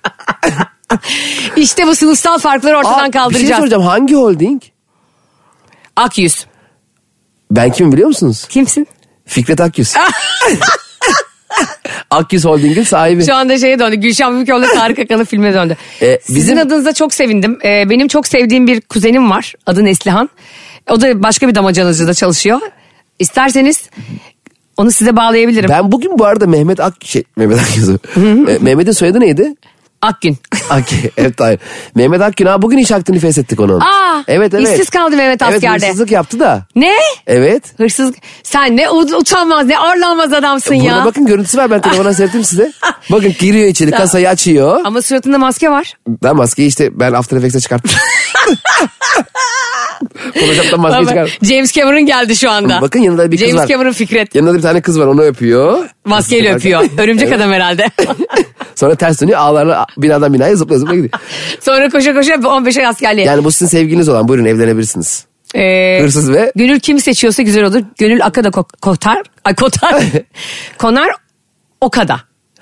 Speaker 2: İşte bu sınıfsal farkları ortadan
Speaker 3: bir şey
Speaker 2: kaldıracağız.
Speaker 3: soracağım hangi holding?
Speaker 2: Akyüz.
Speaker 3: Ben kimim biliyor musunuz?
Speaker 2: Kimsin?
Speaker 3: Fikret Akyüz. Akyüz Holding'in sahibi.
Speaker 2: Şu anda şeye döndü. Gülşen Büyüköğlü Tarık Akan'ın filme döndü.
Speaker 3: E,
Speaker 2: Sizin
Speaker 3: bizim-
Speaker 2: adınıza çok sevindim. E, benim çok sevdiğim bir kuzenim var. Adı Neslihan. O da başka bir damacanacıda çalışıyor. İsterseniz onu size bağlayabilirim.
Speaker 3: Ben bugün bu arada Mehmet Ak... Şey, Mehmet Akyüz'ü. E, Mehmet'in soyadı neydi?
Speaker 2: Akgün.
Speaker 3: Ak, evet hayır. Mehmet Akgün ha bugün iş hakkını feshettik onun.
Speaker 2: Aa,
Speaker 3: evet evet.
Speaker 2: işsiz kaldı Mehmet
Speaker 3: Evet
Speaker 2: askerde.
Speaker 3: hırsızlık yaptı da.
Speaker 2: ne?
Speaker 3: Evet.
Speaker 2: Hırsız. Sen ne ut- utanmaz ne arlanmaz adamsın
Speaker 3: Burada
Speaker 2: ya.
Speaker 3: bakın görüntüsü var ben telefona seyrettim size. Bakın giriyor içeri kasayı açıyor.
Speaker 2: Ama suratında maske var.
Speaker 3: Ben maskeyi işte ben After Effects'e çıkarttım. Photoshop'tan maskeyi
Speaker 2: Ama
Speaker 3: çıkarttım.
Speaker 2: James Cameron geldi şu anda.
Speaker 3: Bakın yanında bir kız
Speaker 2: James
Speaker 3: var.
Speaker 2: Cameron Fikret.
Speaker 3: Yanında da bir tane kız var onu öpüyor.
Speaker 2: Maskeyle öpüyor. Örümcek adam herhalde.
Speaker 3: Sonra ters dönüyor ağlarla binadan binaya zıpla zıpla gidiyor.
Speaker 2: Sonra koşa koşa 15 ay askerliğe.
Speaker 3: Yani bu sizin sevgiliniz olan buyurun evlenebilirsiniz.
Speaker 2: Ee,
Speaker 3: Hırsız ve
Speaker 2: Gönül kim seçiyorsa güzel olur. Gönül Aka da ko- kotar. Ay kotar. Konar Oka'da.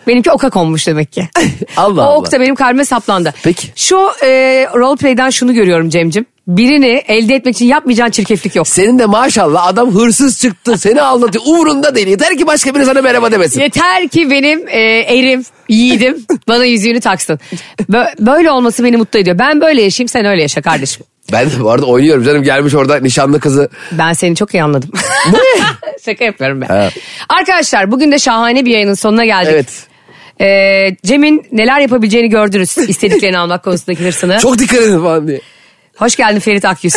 Speaker 2: Benimki oka konmuş demek ki.
Speaker 3: Allah
Speaker 2: o
Speaker 3: Allah.
Speaker 2: ok da benim kalbime saplandı.
Speaker 3: Peki.
Speaker 2: Şu e, role play'den şunu görüyorum Cem'cim. Birini elde etmek için yapmayacağın çirkeflik yok.
Speaker 3: senin de maşallah adam hırsız çıktı seni aldatıyor umurunda değil yeter ki başka biri sana merhaba demesin.
Speaker 2: Yeter ki benim e, erim, yiğidim bana yüzüğünü taksın. Bö- böyle olması beni mutlu ediyor. Ben böyle yaşayayım sen öyle yaşa kardeşim.
Speaker 3: Ben de bu arada oynuyorum canım gelmiş orada nişanlı kızı.
Speaker 2: Ben seni çok iyi anladım. Şaka yapıyorum ben.
Speaker 3: Evet.
Speaker 2: Arkadaşlar bugün de şahane bir yayının sonuna geldik.
Speaker 3: Evet.
Speaker 2: Ee, Cem'in neler yapabileceğini gördünüz istediklerini almak konusundaki hırsını.
Speaker 3: Çok dikkat edin falan diye.
Speaker 2: Hoş geldin Ferit Akyüz.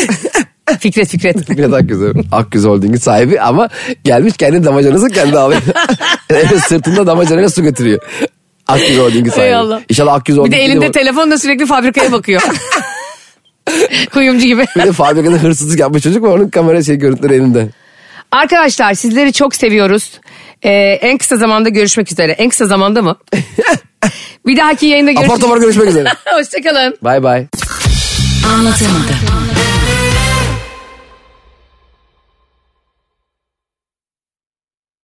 Speaker 2: Fikret Fikret.
Speaker 3: Fikret Akgüz. Akgüz Holding'in sahibi ama gelmiş kendi damacanası kendi alıyor. Yani Sırtında damacanayla su götürüyor. Akgüz Holding'in sahibi.
Speaker 2: Ey Allah.
Speaker 3: İnşallah Akgüz
Speaker 2: Bir
Speaker 3: Holding.
Speaker 2: de elinde telefonla sürekli fabrikaya bakıyor. Kuyumcu gibi.
Speaker 3: Bir de fabrikada hırsızlık yapmış çocuk var onun kamera şey görüntüleri elinde.
Speaker 2: Arkadaşlar sizleri çok seviyoruz. Ee, en kısa zamanda görüşmek üzere. En kısa zamanda mı? bir dahaki yayında görüşürüz.
Speaker 3: Apar topar görüşmek üzere.
Speaker 2: Hoşçakalın.
Speaker 3: Bay bay.
Speaker 4: Anlatamadım.